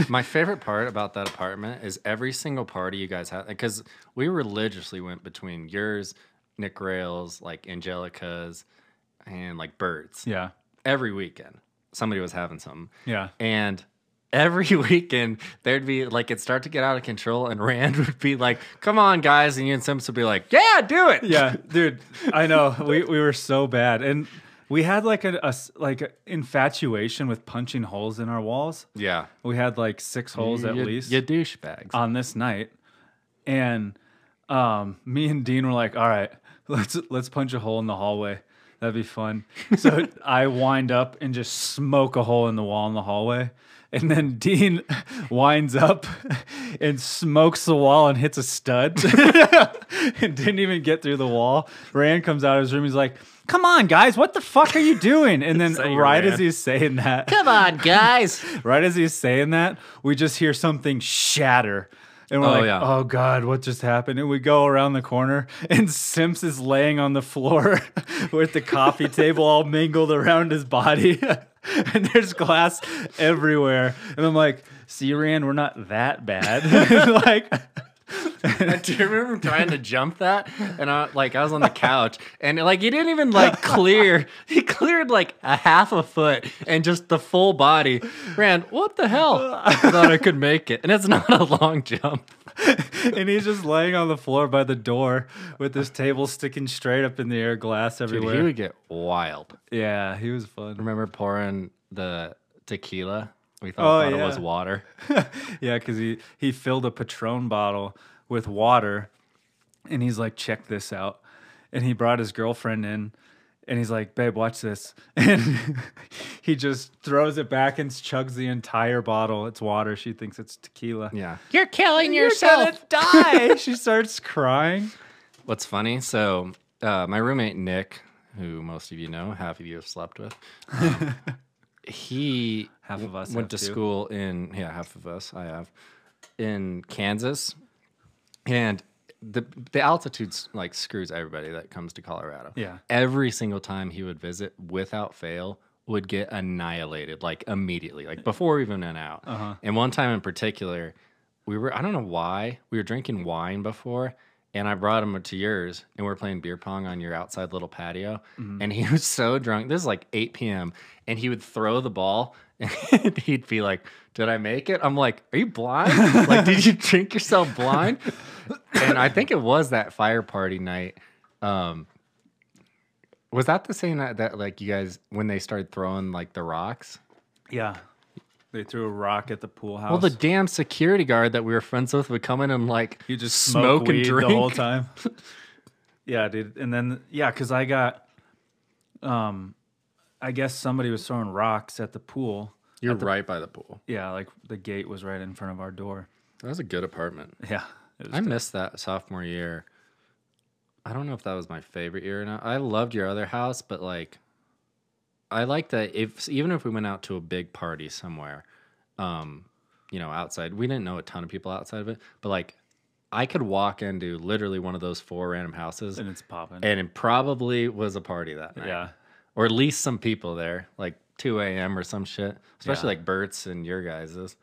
S2: My favorite part about that apartment is every single party you guys had, because we religiously went between yours, Nick Rails, like Angelica's, and like Bird's.
S1: Yeah.
S2: Every weekend, somebody was having something.
S1: Yeah.
S2: And every weekend, there'd be like, it'd start to get out of control, and Rand would be like, come on, guys. And you and Sims would be like, yeah, do it.
S1: Yeah, dude. I know. We we were so bad, and we had like a, a s- like a infatuation with punching holes in our walls.
S2: Yeah.
S1: We had like six holes at
S2: You-
S1: least.
S2: You douchebags.
S1: on this night, and um, me and Dean were like, "All right, let's let's punch a hole in the hallway. That'd be fun." So I wind up and just smoke a hole in the wall in the hallway, and then Dean winds up and smokes the wall and hits a stud, and didn't even get through the wall. Rand comes out of his room. He's like. Come on, guys! What the fuck are you doing? And then,
S2: Say
S1: right
S2: Rand.
S1: as he's saying that,
S2: Come on, guys.
S1: right as he's saying that, we just hear something shatter. And we're
S2: Oh,
S1: like,
S2: yeah.
S1: oh God, what just happened? And we go around the corner and Simps is laying on the floor with the coffee table all mingled around his body. and there's glass everywhere. And I'm like, see, Rand, we're not that bad. like,
S2: Do you remember trying to jump that? And I like I was on the couch and like he didn't even like clear. He cleared like a half a foot and just the full body. Ran, what the hell? I thought I could make it. And it's not a long jump.
S1: and he's just laying on the floor by the door with his table sticking straight up in the air, glass
S2: Dude,
S1: everywhere.
S2: he would get wild.
S1: yeah, he was fun.
S2: Remember pouring the tequila? We thought,
S1: Oh,
S2: thought it
S1: yeah.
S2: was water.
S1: yeah, because he he filled a Patron bottle with water, and he's like, "Check this out," and he brought his girlfriend in, and he's like, "Babe, watch this," and he just throws it back and chugs the entire bottle. It's water. She thinks it's tequila.
S2: Yeah. You're killing
S1: die. she starts crying.
S2: What's funny? So, uh, my roommate Nick, who most of you know, half of you have slept with, um, he
S1: Half of us
S2: went to
S1: have too.
S2: school in yeah, half of us I have in Kansas, and the the altitude like screws everybody that comes to Colorado.
S1: Yeah.
S2: Every single time he would visit, without fail, would get annihilated like immediately, like before even an out.
S1: Uh-huh.
S2: And one time in particular, we were I don't know why we were drinking wine before. And I brought him to yours, and we are playing beer pong on your outside little patio.
S1: Mm-hmm.
S2: And he was so drunk. This is like 8 p.m. And he would throw the ball, and he'd be like, "Did I make it?" I'm like, "Are you blind? like, did you drink yourself blind?" and I think it was that fire party night. Um, was that the same night that like you guys when they started throwing like the rocks?
S1: Yeah. They threw a rock at the pool house.
S2: Well, the damn security guard that we were friends with would come in and like
S1: You just smoke,
S2: and
S1: weed
S2: drink
S1: the whole time. yeah, dude. And then yeah, because I got, um, I guess somebody was throwing rocks at the pool.
S2: You're right by the pool.
S1: Yeah, like the gate was right in front of our door.
S2: That was a good apartment.
S1: Yeah, it was,
S2: I missed that sophomore year. I don't know if that was my favorite year or not. I loved your other house, but like, I like that if even if we went out to a big party somewhere, um, you know, outside, we didn't know a ton of people outside of it, but like, I could walk into literally one of those four random houses,
S1: and it's popping.
S2: and it probably was a party that night,
S1: yeah,
S2: or at least some people there, like 2 a.m. or some shit, especially
S1: Yeah.
S2: like Bert's and your guys's.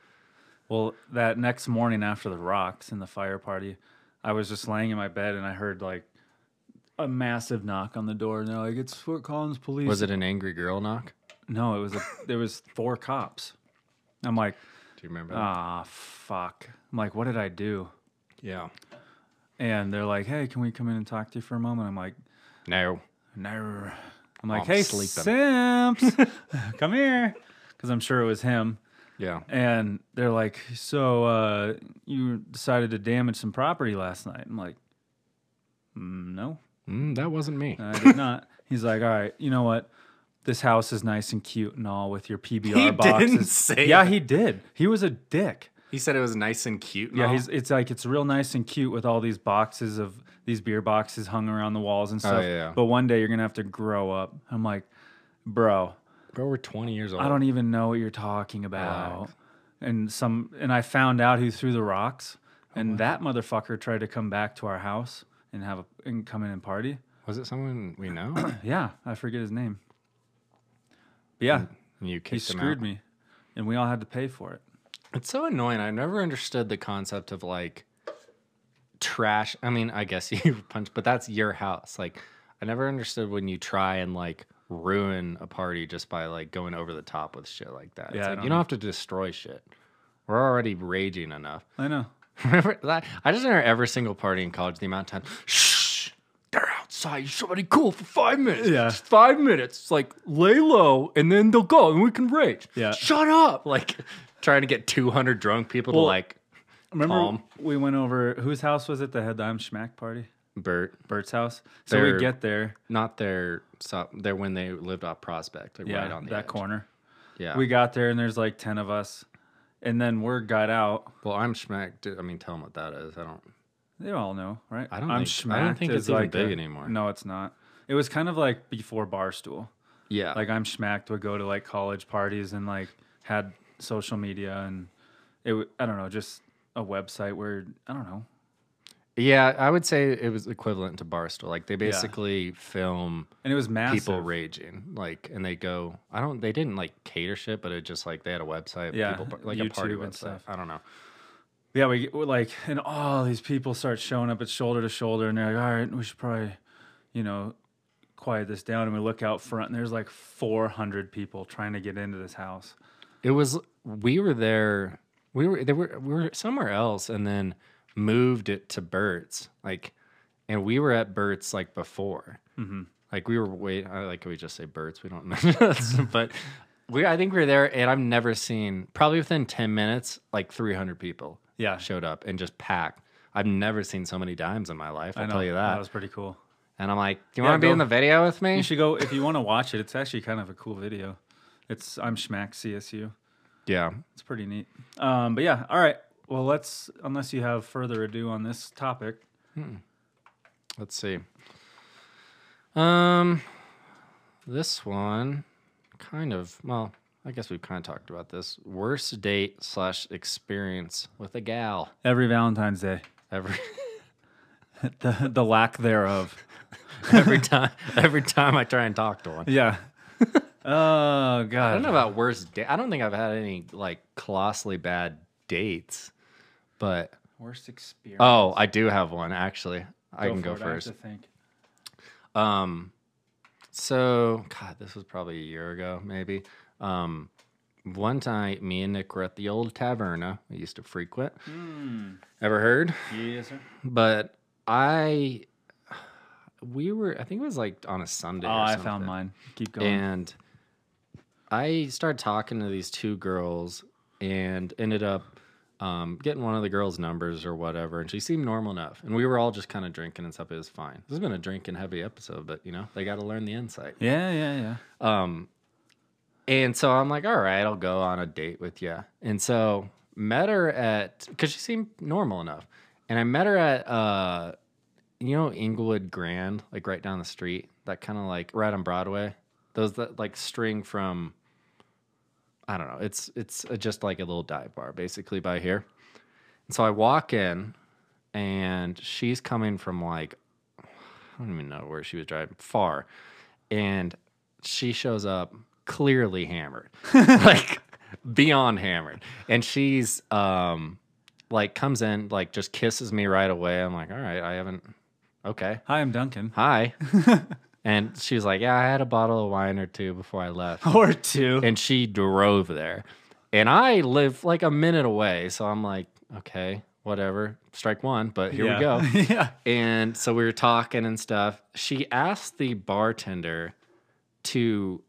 S1: Well, that next morning after the rocks and the fire party, I was just laying in my bed and I heard like a massive knock on the door. And they're like, "It's Fort Collins police."
S2: Was it an angry girl knock?
S1: No, it was. A, there was four cops. I'm like,
S2: Do you remember? that?
S1: ah, fuck. I'm like, what did I do?
S2: yeah.
S1: And they're like, hey, can we come in and talk to you for a moment? I'm like,
S2: No.
S1: no. I'm like,
S2: Oh, I'm
S1: hey, Simps,
S2: sleeping."
S1: come here, because I'm sure it was him.
S2: Yeah.
S1: And they're like, so uh, you decided to damage some property last night? I'm like, "Mm, no,
S2: Mm, that wasn't me.
S1: I did not. He's like, all right, you know what? This house is nice and cute and all with your PBR
S2: He
S1: boxes.
S2: didn't say
S1: yeah,
S2: that.
S1: he did. He was a dick.
S2: He said it was nice and cute. and
S1: Yeah,
S2: all.
S1: he's it's like it's real nice and cute with all these boxes of these beer boxes hung around the walls and stuff.
S2: Oh, yeah, yeah.
S1: But one day you're gonna have to grow up. I'm like, bro,
S2: bro. We're twenty years old.
S1: I don't even know what you're talking about. And some and I found out who threw the rocks.
S2: Oh,
S1: And that motherfucker tried to come back to our house and have a and come in and party.
S2: Was it someone we know?
S1: Yeah, I forget his name. But yeah,
S2: And you kicked
S1: he
S2: him
S1: screwed
S2: out.
S1: me, and we all had to pay for it.
S2: It's so annoying. I never understood the concept of like trash. I mean, I guess you punch, but that's your house. Like, I never understood when you try and like ruin a party just by like going over the top with shit like that. It's
S1: Yeah, I
S2: like,
S1: don't
S2: you don't have to destroy shit. We're already raging enough.
S1: I know.
S2: Remember that? I just remember every single party in college, the amount of time, shh, they're outside. You should be cool for five minutes.
S1: Yeah.
S2: Just five minutes. It's Like, lay low, and then they'll go, and we can rage.
S1: Yeah.
S2: Shut up. Like, trying to get 200 drunk people to, like,
S1: Remember
S2: Calm.
S1: we went over whose house was it that had the I'm Schmack party?
S2: Bert,
S1: Bert's house. So
S2: Their-
S1: we get there,
S2: not their, so, their when they lived off Prospect, like
S1: yeah,
S2: right on the
S1: that
S2: edge.
S1: corner.
S2: Yeah.
S1: We got there and there's like ten of us, and then word got out.
S2: well, I'm schmacked. dude, I mean, tell them what that is. I don't,
S1: They all know, right?
S2: I don't
S1: I'm
S2: think- I don't think
S1: Schmacked
S2: it's
S1: is
S2: even
S1: like
S2: big
S1: a-
S2: anymore.
S1: No, it's not. It was kind of like before barstool.
S2: yeah.
S1: Like I'm Schmacked would go to like college parties and like had social media and it. w- I don't know, just a website where I don't know.
S2: yeah, I would say it was equivalent to Barstool. Like, they basically film.
S1: And it was massive.
S2: people raging like and they go i don't they didn't like cater shit but it just like they had a website
S1: Yeah,
S2: people, par- like a party
S1: YouTube
S2: website
S1: and stuff.
S2: i don't know
S1: Yeah, we we, like, and all these people start showing up at shoulder to shoulder, and they're like, "All right, we should probably, you know, quiet this down." And we look out front, and there's like 400 people trying to get into this house.
S2: it was we were there we were they were we were somewhere else and then moved it to burt's like and we were at burt's like before
S1: Mm-hmm.
S2: like we were wait I like we just say burt's we don't know but we i think we were there and i've never seen probably within 10 minutes like 300 people
S1: Yeah,
S2: showed up and just packed i've never seen so many dimes in my life i'll tell you that
S1: That was pretty cool.
S2: And I'm like, do you
S1: Yeah,
S2: want to be
S1: go.
S2: in the video with me?
S1: You should go if you want to watch it. It's actually kind of a cool video. It's I'm Schmack CSU.
S2: yeah.
S1: It's pretty neat. Um, but yeah, all right. Well, let's unless you have further ado on this topic.
S2: Let's see. Um, this one kind of, well, I guess we've kind of talked about this. Worst date slash experience with a gal.
S1: Every Valentine's Day,
S2: Every
S1: the, the lack thereof.
S2: every time every time I try and talk to one.
S1: Yeah. oh
S2: I don't
S1: god.
S2: know about worst date. I don't think I've had any like colossally bad dates, but
S1: Worst experience.
S2: oh, I do have one actually. I can go
S1: for it, have
S2: first.
S1: to think.
S2: Um, so God, this was probably a year ago, maybe. Um, one time, me and Nick were at the old taverna we used to frequent.
S1: Hmm.
S2: Ever heard?
S1: Yes, sir.
S2: But I, we were. I think it was like on a Sunday.
S1: Oh,
S2: or
S1: I
S2: something.
S1: found mine. Keep going.
S2: And I started talking to these two girls and ended up um, getting one of the girls' numbers or whatever. And she seemed normal enough. And we were all just kind of drinking and stuff. It was fine. This has been a drinking heavy episode, but you know, they got to learn the insight.
S1: yeah, yeah, yeah.
S2: Um, and so I'm like, all right, I'll go on a date with you. And so met her at because she seemed normal enough, and I met her at uh, you know, Inglewood Grand, like right down the street, that kind of like right on Broadway. Those that like string from, I don't know, it's it's uh, just like a little dive bar basically by here. And so I walk in, and she's coming from like I don't even know where she was driving far, and she shows up clearly hammered, like beyond hammered, and she's um like comes in like just kisses me right away. I'm like, all right, I haven't okay,
S1: Hi, I'm Duncan.
S2: hi, and she's like, yeah, I had a bottle of wine or two before I left,
S1: Or two.
S2: and she drove there, and I live like a minute away, so I'm like, okay, whatever, strike one, but here we go.
S1: yeah.
S2: And so we were talking and stuff. She asked the bartender to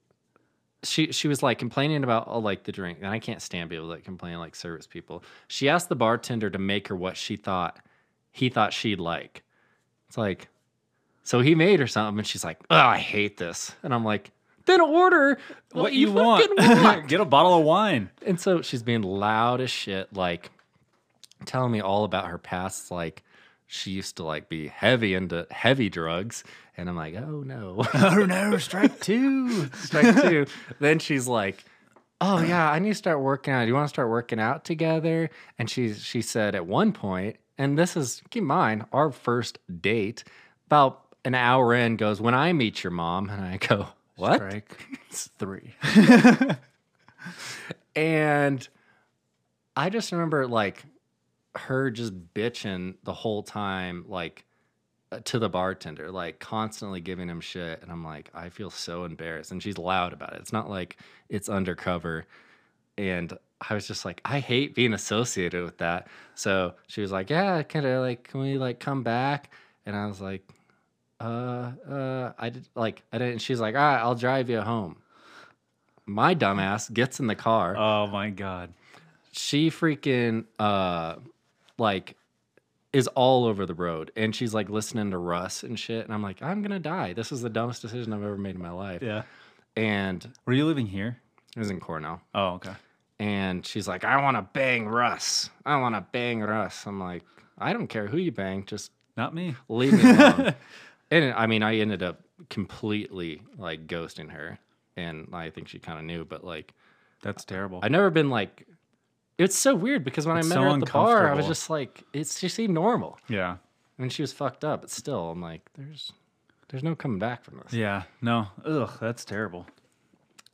S2: she she was like complaining about oh, like the drink. And I can't stand people that complain like service people. She asked the bartender to make her what she thought he thought she'd like. It's like so he made her something and she's like, "Oh, I hate this." And I'm like, "Then order
S1: What,
S2: what,
S1: you want?
S2: fucking want."
S1: Get a bottle of wine.
S2: And so she's being loud as shit, like telling me all about her past. Like she used to like be heavy into heavy drugs, and I'm like, oh no,
S1: Oh no, strike two.
S2: strike two. Then she's like, oh yeah, I need to start working out. Do you want to start working out together? And she she said at one point, and this is keep in mind our first date. About an hour in, goes when I meet your mom, and I go, what?
S1: Strike three.
S2: And I just remember like her just bitching the whole time, like uh, to the bartender, like constantly giving him shit. And I'm like, I feel so embarrassed. And she's loud about it. It's not like it's undercover. And I was just like, I hate being associated with that. So she was like, Yeah, can I like, can we like come back? And I was like, uh, uh, I did like, I didn't. She's like, All right, I'll drive you home. My dumbass gets in the car
S1: Oh my god.
S2: she freaking uh like is all over the road and she's like listening to Russ and shit and I'm like I'm going to die. This is the dumbest decision I've ever made in my life.
S1: Yeah.
S2: And
S1: Were you living here?
S2: it was in Cornell
S1: Oh, okay.
S2: and she's like I want to bang Russ. I want to bang Russ. I'm like I don't care who you bang, just
S1: Not me.
S2: leave me alone. and I mean I ended up completely like ghosting her and I think she kind of knew but like
S1: That's terrible.
S2: I've never been like. It's so weird because when
S1: It's
S2: I met
S1: so
S2: her at the bar, I was
S1: uncomfortable.
S2: just like, it's she seemed normal.
S1: yeah.
S2: I mean, she was fucked up, but still, I'm like, there's, there's no coming back from this.
S1: Yeah. No. Ugh, that's terrible.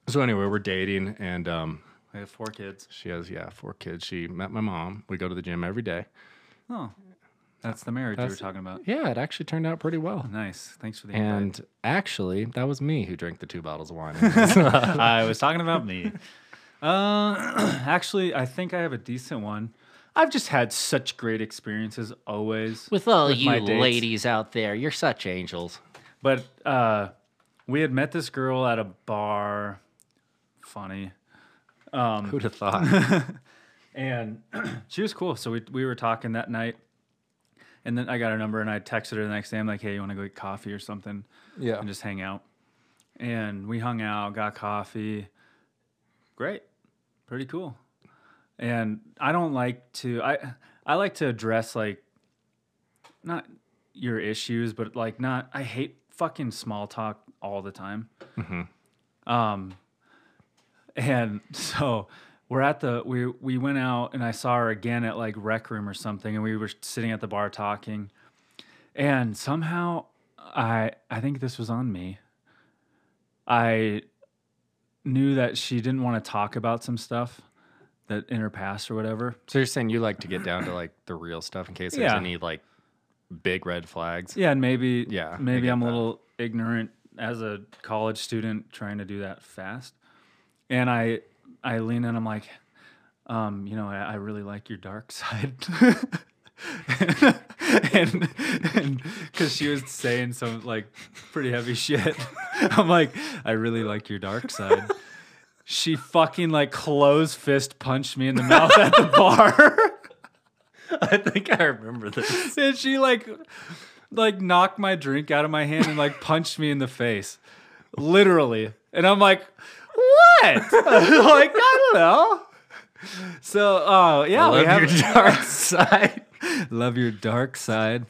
S2: So anyway, we're dating, and um,
S1: I have four kids.
S2: she has yeah four kids. She met my mom. We go to the gym every day.
S1: Oh. That's the marriage
S2: That's-
S1: you were talking about.
S2: Yeah, it actually turned out pretty well.
S1: Nice. Thanks for the invite.
S2: And actually, that was me who drank the two bottles of wine.
S1: I was talking about me. Uh, actually, I think I have a decent one. I've just had such great experiences always
S2: With all
S1: my dates.
S2: out there, you're such angels.
S1: But uh, we had met this girl at a bar. Funny.
S2: Who'd have thought?
S1: And she was cool. So we, we were talking that night. And then I got her number and I texted her the next day. I'm like, hey, you want to go get coffee or something
S2: yeah.
S1: and just hang out? And we hung out, got coffee. Great. Pretty cool. And I don't like to, I, I like to address like not your issues, but like not, I hate fucking small talk all the time.
S2: Mm-hmm.
S1: Um, And so we're at the we we went out and I saw her again at like rec room or something, and we were sitting at the bar talking. and somehow I I think this was on me. I knew that she didn't want to talk about some stuff that in her past or whatever.
S2: So you're saying you like to get down to like the real stuff in case there's
S1: Yeah.
S2: any like big red flags.
S1: Yeah, and maybe
S2: Yeah, I
S1: maybe
S2: get
S1: I'm a
S2: that.
S1: little ignorant as a college student trying to do that fast. And I I lean in, I'm like, um, you know, I, I really like your dark side. and and because she was saying some like pretty heavy shit. I'm like, I really like your dark side. She fucking like closed fist punched me in the mouth at the bar.
S2: I think I remember this.
S1: and she like like knocked my drink out of my hand and like punched me in the face literally and i'm like what like i don't know so uh, yeah we
S2: love
S1: have
S2: your dark side.
S1: love your dark side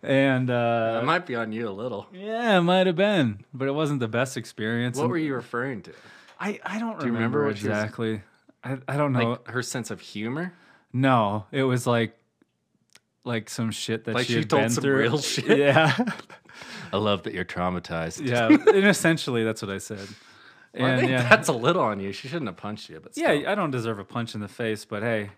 S1: and uh,
S2: That might be on you a little.
S1: yeah it might have been but it wasn't the best experience
S2: What
S1: And
S2: were you referring to?
S1: i i don't
S2: you remember
S1: remember,
S2: what she was-
S1: exactly I, I don't know
S2: Like her sense of humor?
S1: no it was like like some shit that
S2: Like
S1: she,
S2: she
S1: had
S2: told
S1: been
S2: some
S1: through.
S2: real shit?
S1: yeah
S2: I love that you're traumatized.
S1: Yeah, and essentially that's what I said.
S2: Well, I
S1: And
S2: think
S1: yeah,
S2: that's a little on you. She shouldn't have punched you, but still.
S1: yeah, I don't deserve a punch in the face, but hey,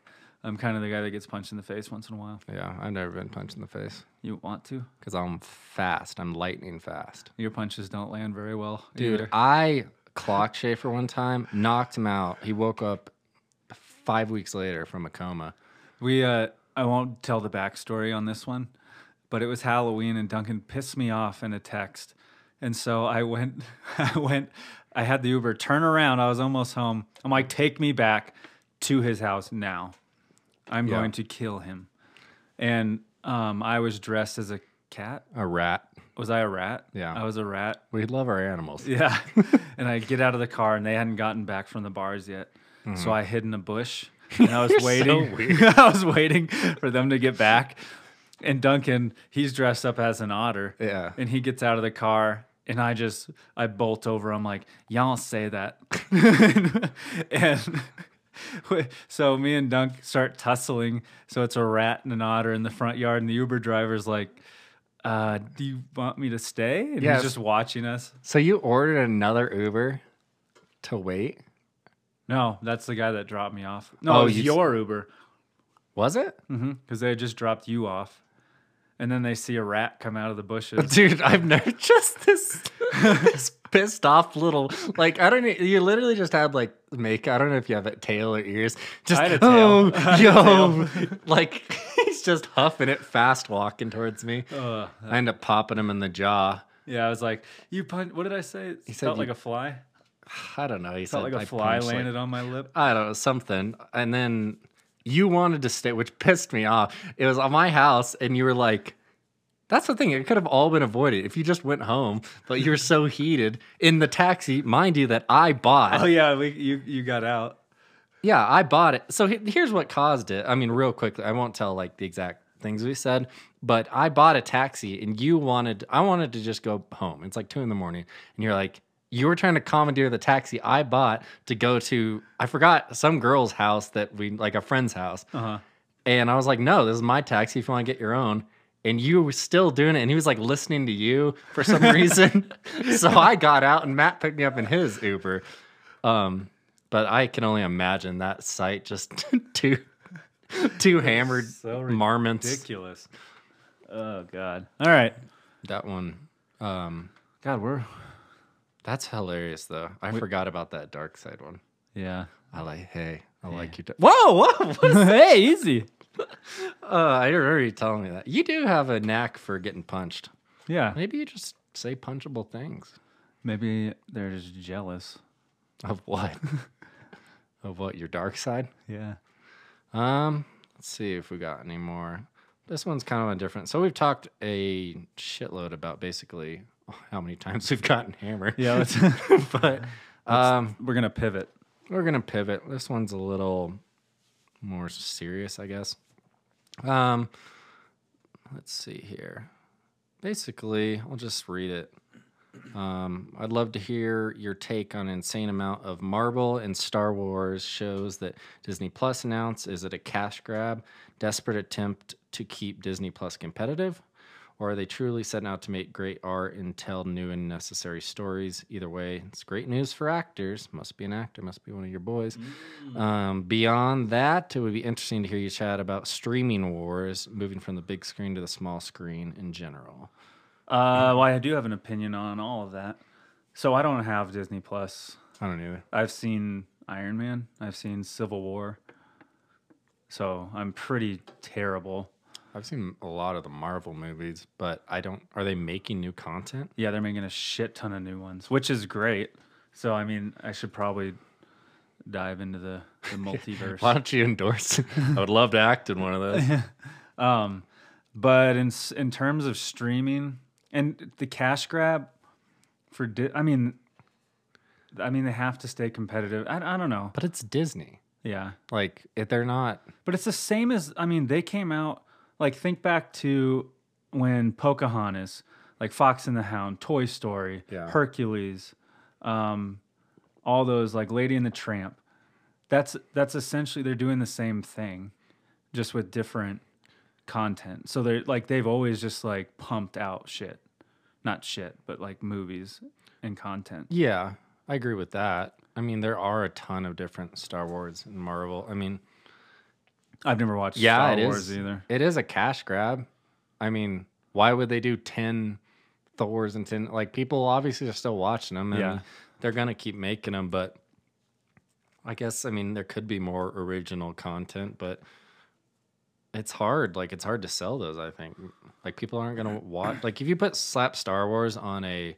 S1: I'm kind of the guy that gets punched in the face once in a while.
S2: Yeah, I've never been punched in the face
S1: You want to?
S2: because I'm fast. I'm lightning fast.
S1: Your punches don't land very well,
S2: Dude,
S1: Either.
S2: I clocked Schaefer one time, knocked him out. He woke up five weeks later from a coma.
S1: We, uh, I won't tell the backstory on this one, but it was Halloween and Duncan pissed me off in a text, and so I went, I went, I had the Uber turn around. I was almost home. I'm like, take me back to his house now. I'm
S2: Yeah.
S1: going to kill him. And um, I was dressed as a cat.
S2: A rat.
S1: Was I a rat?
S2: Yeah.
S1: I was a rat.
S2: We love our animals.
S1: Yeah. and I get out of the car and they hadn't gotten back from the bars yet. So I hid in a bush and I was waiting. I was waiting for them to get back. And Duncan, he's dressed up as an otter.
S2: Yeah.
S1: And he gets out of the car and I just I bolt over. I'm like, y'all say that. and so me and Dunk start tussling. So it's a rat and an otter in the front yard, and the Uber driver's like, uh, do you want me to stay? And
S2: Yeah.
S1: he's just watching us.
S2: So you ordered another Uber to wait?
S1: No, that's the guy that dropped me off. No,
S2: Oh,
S1: it was
S2: you-
S1: your Uber
S2: Was it?
S1: because they had just dropped you off, and then they see a rat come out of the bushes.
S2: Dude, I've never just this, this pissed off little like I don't e- you literally just had like make I don't know if you have a tail or ears. Just
S1: I had a
S2: oh
S1: tail. I had a
S2: yo like he's just huffing it fast walking towards me.
S1: Ugh.
S2: I end up popping him in the jaw.
S1: yeah, I was like, you punch. What did I say? It
S2: said
S1: felt
S2: you-
S1: like a fly.
S2: I don't know. He said
S1: Felt like a
S2: I
S1: fly
S2: punched, like-
S1: landed on my lip.
S2: I don't know, something. And then you wanted to stay, which pissed me off. It was on my house, and you were like, that's the thing. It could have all been avoided if you just went home, but you're so heated in the taxi, mind you, that I bought.
S1: Oh yeah, we, you you got out.
S2: Yeah, I bought it. So he- here's what caused it. I mean, real quickly, I won't tell like the exact things we said, but I bought a taxi and you wanted, I wanted to just go home. It's like two in the morning. And you're like, you were trying to commandeer the taxi I bought to go to, I forgot some girl's house that we, like a friend's house.
S1: Uh-huh.
S2: And I was like, no, this is my taxi if you want to get your own. And you were still doing it. And he was like listening to you for some reason. so I got out and Matt picked me up in his Uber. Um, but I can only imagine that sight just two two hammered
S1: so
S2: marmots.
S1: Ridiculous. Oh god. All right.
S2: That one. Um,
S1: God, we're
S2: that's hilarious though. I forgot about that dark side one.
S1: yeah.
S2: I like hey, I like you.
S1: Whoa, whoa. hey, easy.
S2: Uh, I remember you telling me that. You do have a knack for getting punched.
S1: Yeah.
S2: Maybe you just say punchable things.
S1: Maybe they're just jealous.
S2: Of what? of what? Your dark side?
S1: Yeah.
S2: Um, let's see if we got any more. This one's kind of a different. So we've talked a shitload about basically how many times we've gotten hammered.
S1: Yeah. Let's,
S2: but um,
S1: we're gonna pivot.
S2: we're gonna pivot. This one's a little more serious, I guess. Um, let's see here. Basically, I'll just read it. Um, I'd love to hear your take on insane amount of Marvel and Star Wars shows that Disney Plus announced. Is it a cash grab, desperate attempt to keep Disney Plus competitive, Or are they truly setting out to make great art and tell new and necessary stories? Either way, it's great news for actors. Must be an actor, must be one of your boys. Um, beyond that, it would be interesting to hear you chat about streaming wars, moving from the big screen to the small screen in general.
S1: Uh, well, I do have an opinion on all of that. So I don't have Disney Plus.
S2: I don't either.
S1: I've seen Iron Man. I've seen Civil War. So I'm pretty terrible.
S2: I've seen a lot of the Marvel movies, but I don't. Are they making new content?
S1: Yeah, they're making a shit ton of new ones, which is great. So I mean, I should probably dive into the, the multiverse.
S2: Why don't you endorse? I would love to act in one of those.
S1: Um, but in s- in terms of streaming and the cash grab for, di- I mean, I mean they have to stay competitive. I, I don't know.
S2: But it's Disney.
S1: Yeah,
S2: Like if they're not.
S1: but it's the same as I mean they came out like think back to when Pocahontas, like Fox and the Hound, Toy Story,
S2: Yeah.
S1: Hercules, um, all those like Lady and the Tramp. That's that's essentially they're doing the same thing, just with different content. So they're like they've always just like pumped out shit, not shit, but like movies and content.
S2: Yeah, I agree with that. I mean, there are a ton of different Star Wars and Marvel. I mean,
S1: I've never watched
S2: yeah,
S1: Star
S2: it is-
S1: Wars either.
S2: It is a cash grab. I mean, why would they do ten Thors and ten? Like people obviously are still watching them. And
S1: Yeah.
S2: they're gonna keep making them, but I guess I mean there could be more original content, but it's hard. Like it's hard to sell those. I think like people aren't gonna
S1: Mm.
S2: watch. Like if you put slap Star Wars on a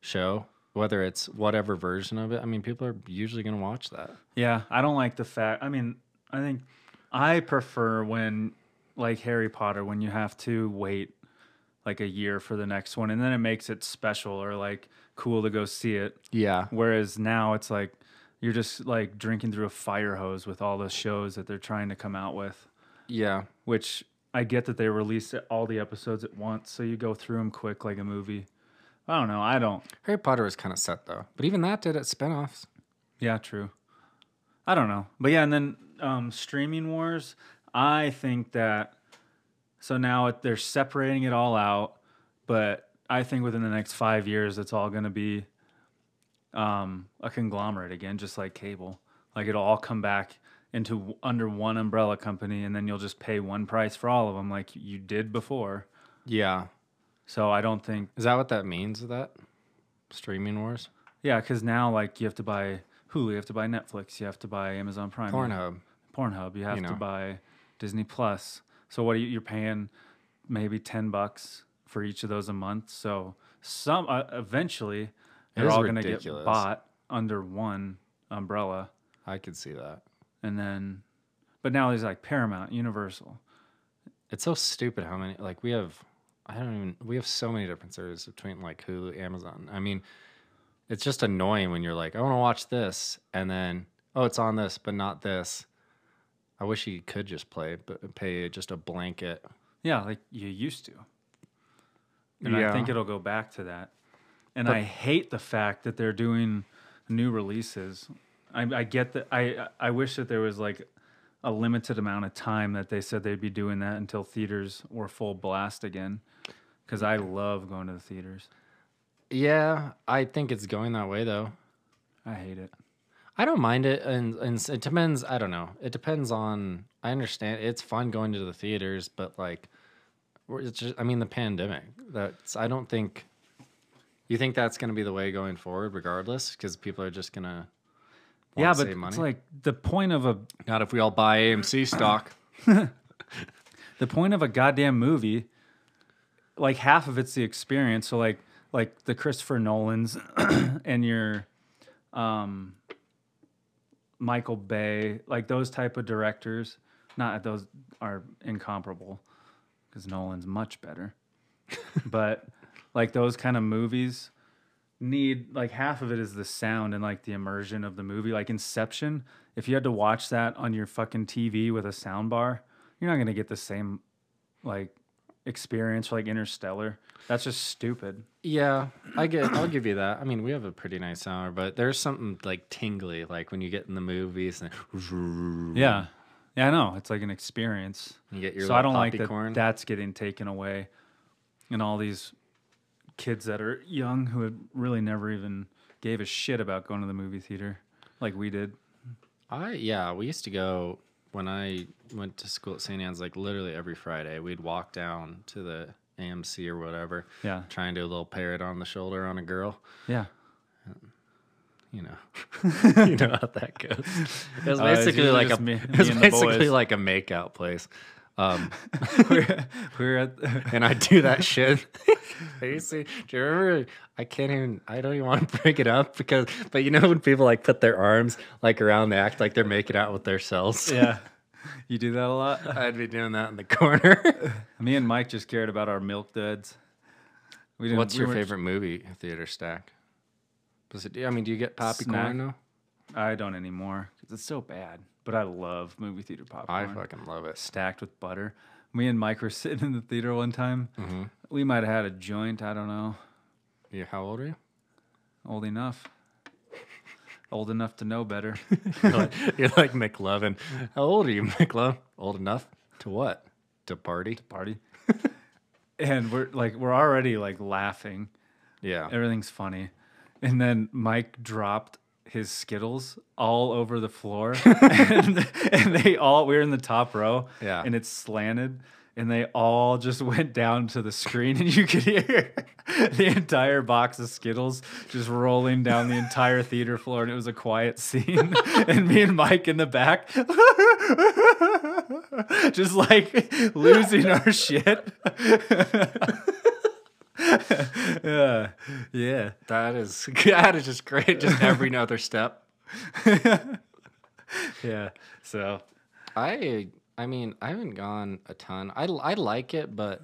S2: show, whether it's whatever version of it, I mean people are usually gonna watch that.
S1: Yeah, I don't like the fact. I mean, I think I prefer when, like Harry Potter, when you have to wait like a year for the next one, and then it makes it special or like cool to go see it.
S2: Yeah,
S1: Whereas now it's like you're just like drinking through a fire hose with all the shows that they're trying to come out with.
S2: yeah.
S1: Which I get that they release it- all the episodes at once, so you go through them quick like a movie. I don't know. I don't.
S2: Harry Potter was kind of set though, but even that did its spinoffs.
S1: Yeah, true. I don't know. But yeah, and then um, streaming wars, I think that so now it, they're separating it all out, but I think within the next five years, it's all going to be um, a conglomerate again, just like cable. Like it'll all come back into under one umbrella company, and then you'll just pay one price for all of them, like you did before.
S2: Yeah.
S1: So I don't think
S2: Is that what that means? That streaming wars,
S1: yeah, because now like you have to buy Hulu, you have to buy Netflix, you have to buy Amazon Prime, you have
S2: Pornhub.
S1: Pornhub. You have to
S2: know.
S1: buy Disney Plus. So what are you, you're paying? Maybe ten bucks for each of those a month. So some uh, eventually they're
S2: is
S1: all going to get
S2: ridiculous.
S1: bought under one umbrella,
S2: I could see that.
S1: and then. But now there's like Paramount, Universal.
S2: It's so stupid how many like we have. I don't even. We have so many different services between like Hulu, Amazon. I mean, it's just annoying when you're like, I want to watch this, and then oh, it's on this, but not this. I wish you could just play, but pay just a blanket.
S1: Yeah, like you used to. And I
S2: Yeah.
S1: think it'll go back to that. And I hate the fact that they're doing new releases. I, I get that. I I wish that there was like a limited amount of time that they said they'd be doing that until theaters were full blast again. Because I love going to the theaters.
S2: Yeah, I think it's going that way though.
S1: I hate it.
S2: I don't mind it, and, and s- it depends. I don't know. It depends on. I understand it's fun going to the theaters, but like, we're- it's just. I mean, the pandemic. That's. I don't think. You think that's going to be the way going forward, regardless, because people are just going to.
S1: Yeah, but
S2: save money.
S1: it's like the point of a
S2: not if we all buy AMC stock.
S1: the point of a goddamn movie like half of it's the experience so like like the christopher nolans and your um michael bay like those type of directors not that those are incomparable because nolan's much better but like those kind of movies need like half of it is the sound and like the immersion of the movie like inception if you had to watch that on your fucking tv with a sound bar you're not going to get the same like experience like interstellar that's just stupid
S2: yeah, I get. I'll give you that. I mean, we have a pretty nice sound, but there's something like tingly, like when you get in the movies and
S1: yeah yeah i know it's like an experience
S2: you get your.
S1: so i don't like that
S2: popcorn.
S1: that's getting taken away and all these kids that are young who had really never even gave a shit about going to the movie theater like we did.
S2: I yeah, we used to go when I went to school at St. Anne's like literally every Friday. We'd walk down to the AMC or whatever,
S1: Yeah.
S2: try and do a little parrot on the shoulder on a girl.
S1: Yeah.
S2: You know, you know how that goes. Oh, It was
S1: Uh, it's
S2: basically
S1: usually
S2: like a
S1: just me-
S2: it was
S1: me and the
S2: basically
S1: boys.
S2: like a makeout place, um,
S1: we were- we were at
S2: and I do that shit. I used to, do you remember? I can't even. I don't even want to bring it up because, but you know when people like put their arms like around, they act like they're making out with themselves.
S1: yeah. You do that a lot.
S2: I'd be doing that in the corner.
S1: Me and Mike just cared about our milk duds. We didn't,
S2: What's
S1: we
S2: your
S1: weren't-
S2: favorite movie theater stack? Does it? I mean, do you get popcorn
S1: Snack?
S2: now?
S1: I don't anymore because it's so bad. But I love movie theater
S2: I
S1: popcorn.
S2: fucking love it.
S1: stacked with butter. Me and Mike were sitting in the theater one time.
S2: Mm-hmm.
S1: We might have had a joint. I don't know.
S2: You, how old are you?
S1: Old enough. Old enough to know better.
S2: You're like, you're like McLovin. How old are you, McLovin? Old enough to what? To party?
S1: Party. and we're like, we're already like laughing.
S2: Yeah.
S1: Everything's funny. And then Mike dropped his Skittles all over the floor. and, and they all, we were in the top row.
S2: Yeah.
S1: And it's slanted. And they all just went down to the screen. And you could hear the entire box of Skittles just rolling down the entire theater floor. And it was a quiet scene. and me and Mike in the back. Just like losing our shit. yeah. Yeah.
S2: That is that is just great. Just every other step.
S1: Yeah. So
S2: I I mean I haven't gone a ton. I I like it, but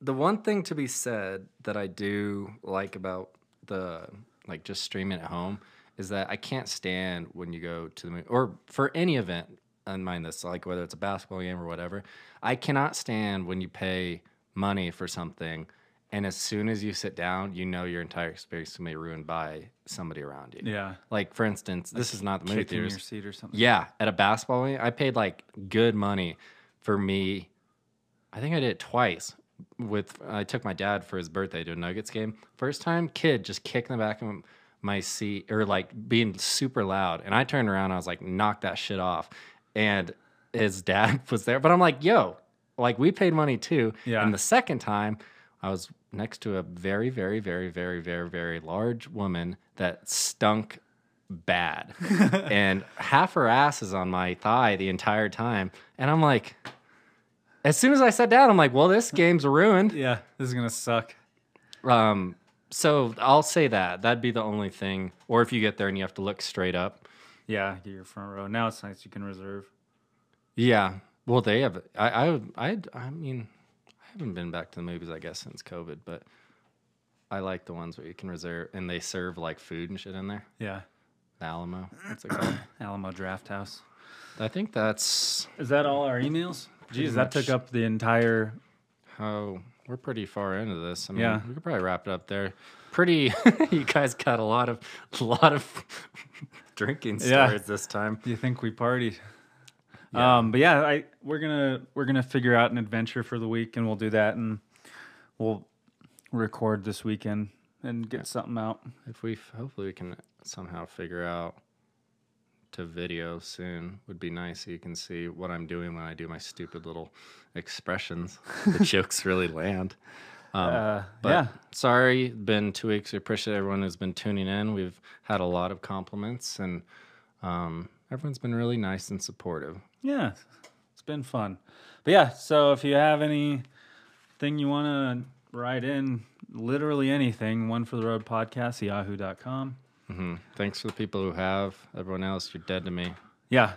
S2: the one thing to be said that I do like about the like just streaming at home is that I can't stand when you go to the movie or for any event. And mind this, like whether it's a basketball game or whatever, I cannot stand when you pay money for something, and as soon as you sit down, you know your entire experience is gonna be ruined by somebody around you.
S1: yeah,
S2: Like for instance, this is not the movie
S1: kicking
S2: theaters.
S1: your seat or something.
S2: Yeah, at a basketball game, I paid like good money for me. I think I did it twice. With I took my dad for his birthday to a Nuggets game. First time, kid just kicking the back of my seat or like being super loud, and I turned around. I was like, knock that shit off. And his dad was there, but I'm like, yo, like we paid money too.
S1: Yeah.
S2: And the second time, I was next to a very, very, very, very, very, very large woman that stunk bad. and half her ass is on my thigh the entire time. And I'm like, as soon as I sat down, I'm like, well, this game's ruined.
S1: Yeah, this is gonna suck.
S2: Um, so I'll say that. That'd be the only thing. Or if you get there and you have to look straight up.
S1: Yeah, get your front row. Now it's nice you can reserve.
S2: Yeah. Well, they have. I. I. I. I mean, I haven't been back to the movies, I guess, since COVID. But I like the ones where you can reserve and they serve like food and shit in there.
S1: Yeah,
S2: The Alamo. What's it called?
S1: Alamo Draft House.
S2: I think that's
S1: Is that all our emails? Geez, that took
S2: much.
S1: up the entire.
S2: how we're pretty far into this. I mean,
S1: Yeah.
S2: we could probably wrap it up there. Pretty. you guys got a lot of a lot of drinking stories
S1: Yeah.
S2: this time.
S1: Do you think we partied? Um, but yeah, I we're gonna we're gonna figure out an adventure for the week, and we'll do that, and we'll record this weekend and get something out.
S2: If we f- hopefully we can somehow figure out to video soon would be nice so you can see what I'm doing when I do my stupid little expressions. the jokes really land.
S1: Uh,
S2: But
S1: yeah,
S2: sorry, been two weeks. We appreciate everyone who's been tuning in. We've had a lot of compliments and um, everyone's been really nice and supportive.
S1: yeah, it's been fun. But yeah, so if you have any thing you want to write in, literally anything, one for the road podcast, yahoo.com.
S2: Mm-hmm. Thanks for the people who have. Everyone else, you're dead to me.
S1: Yeah,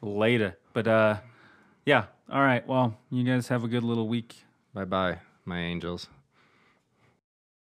S1: later. But uh, yeah, all right. Well, you guys have a good little week.
S2: Bye bye, my angels.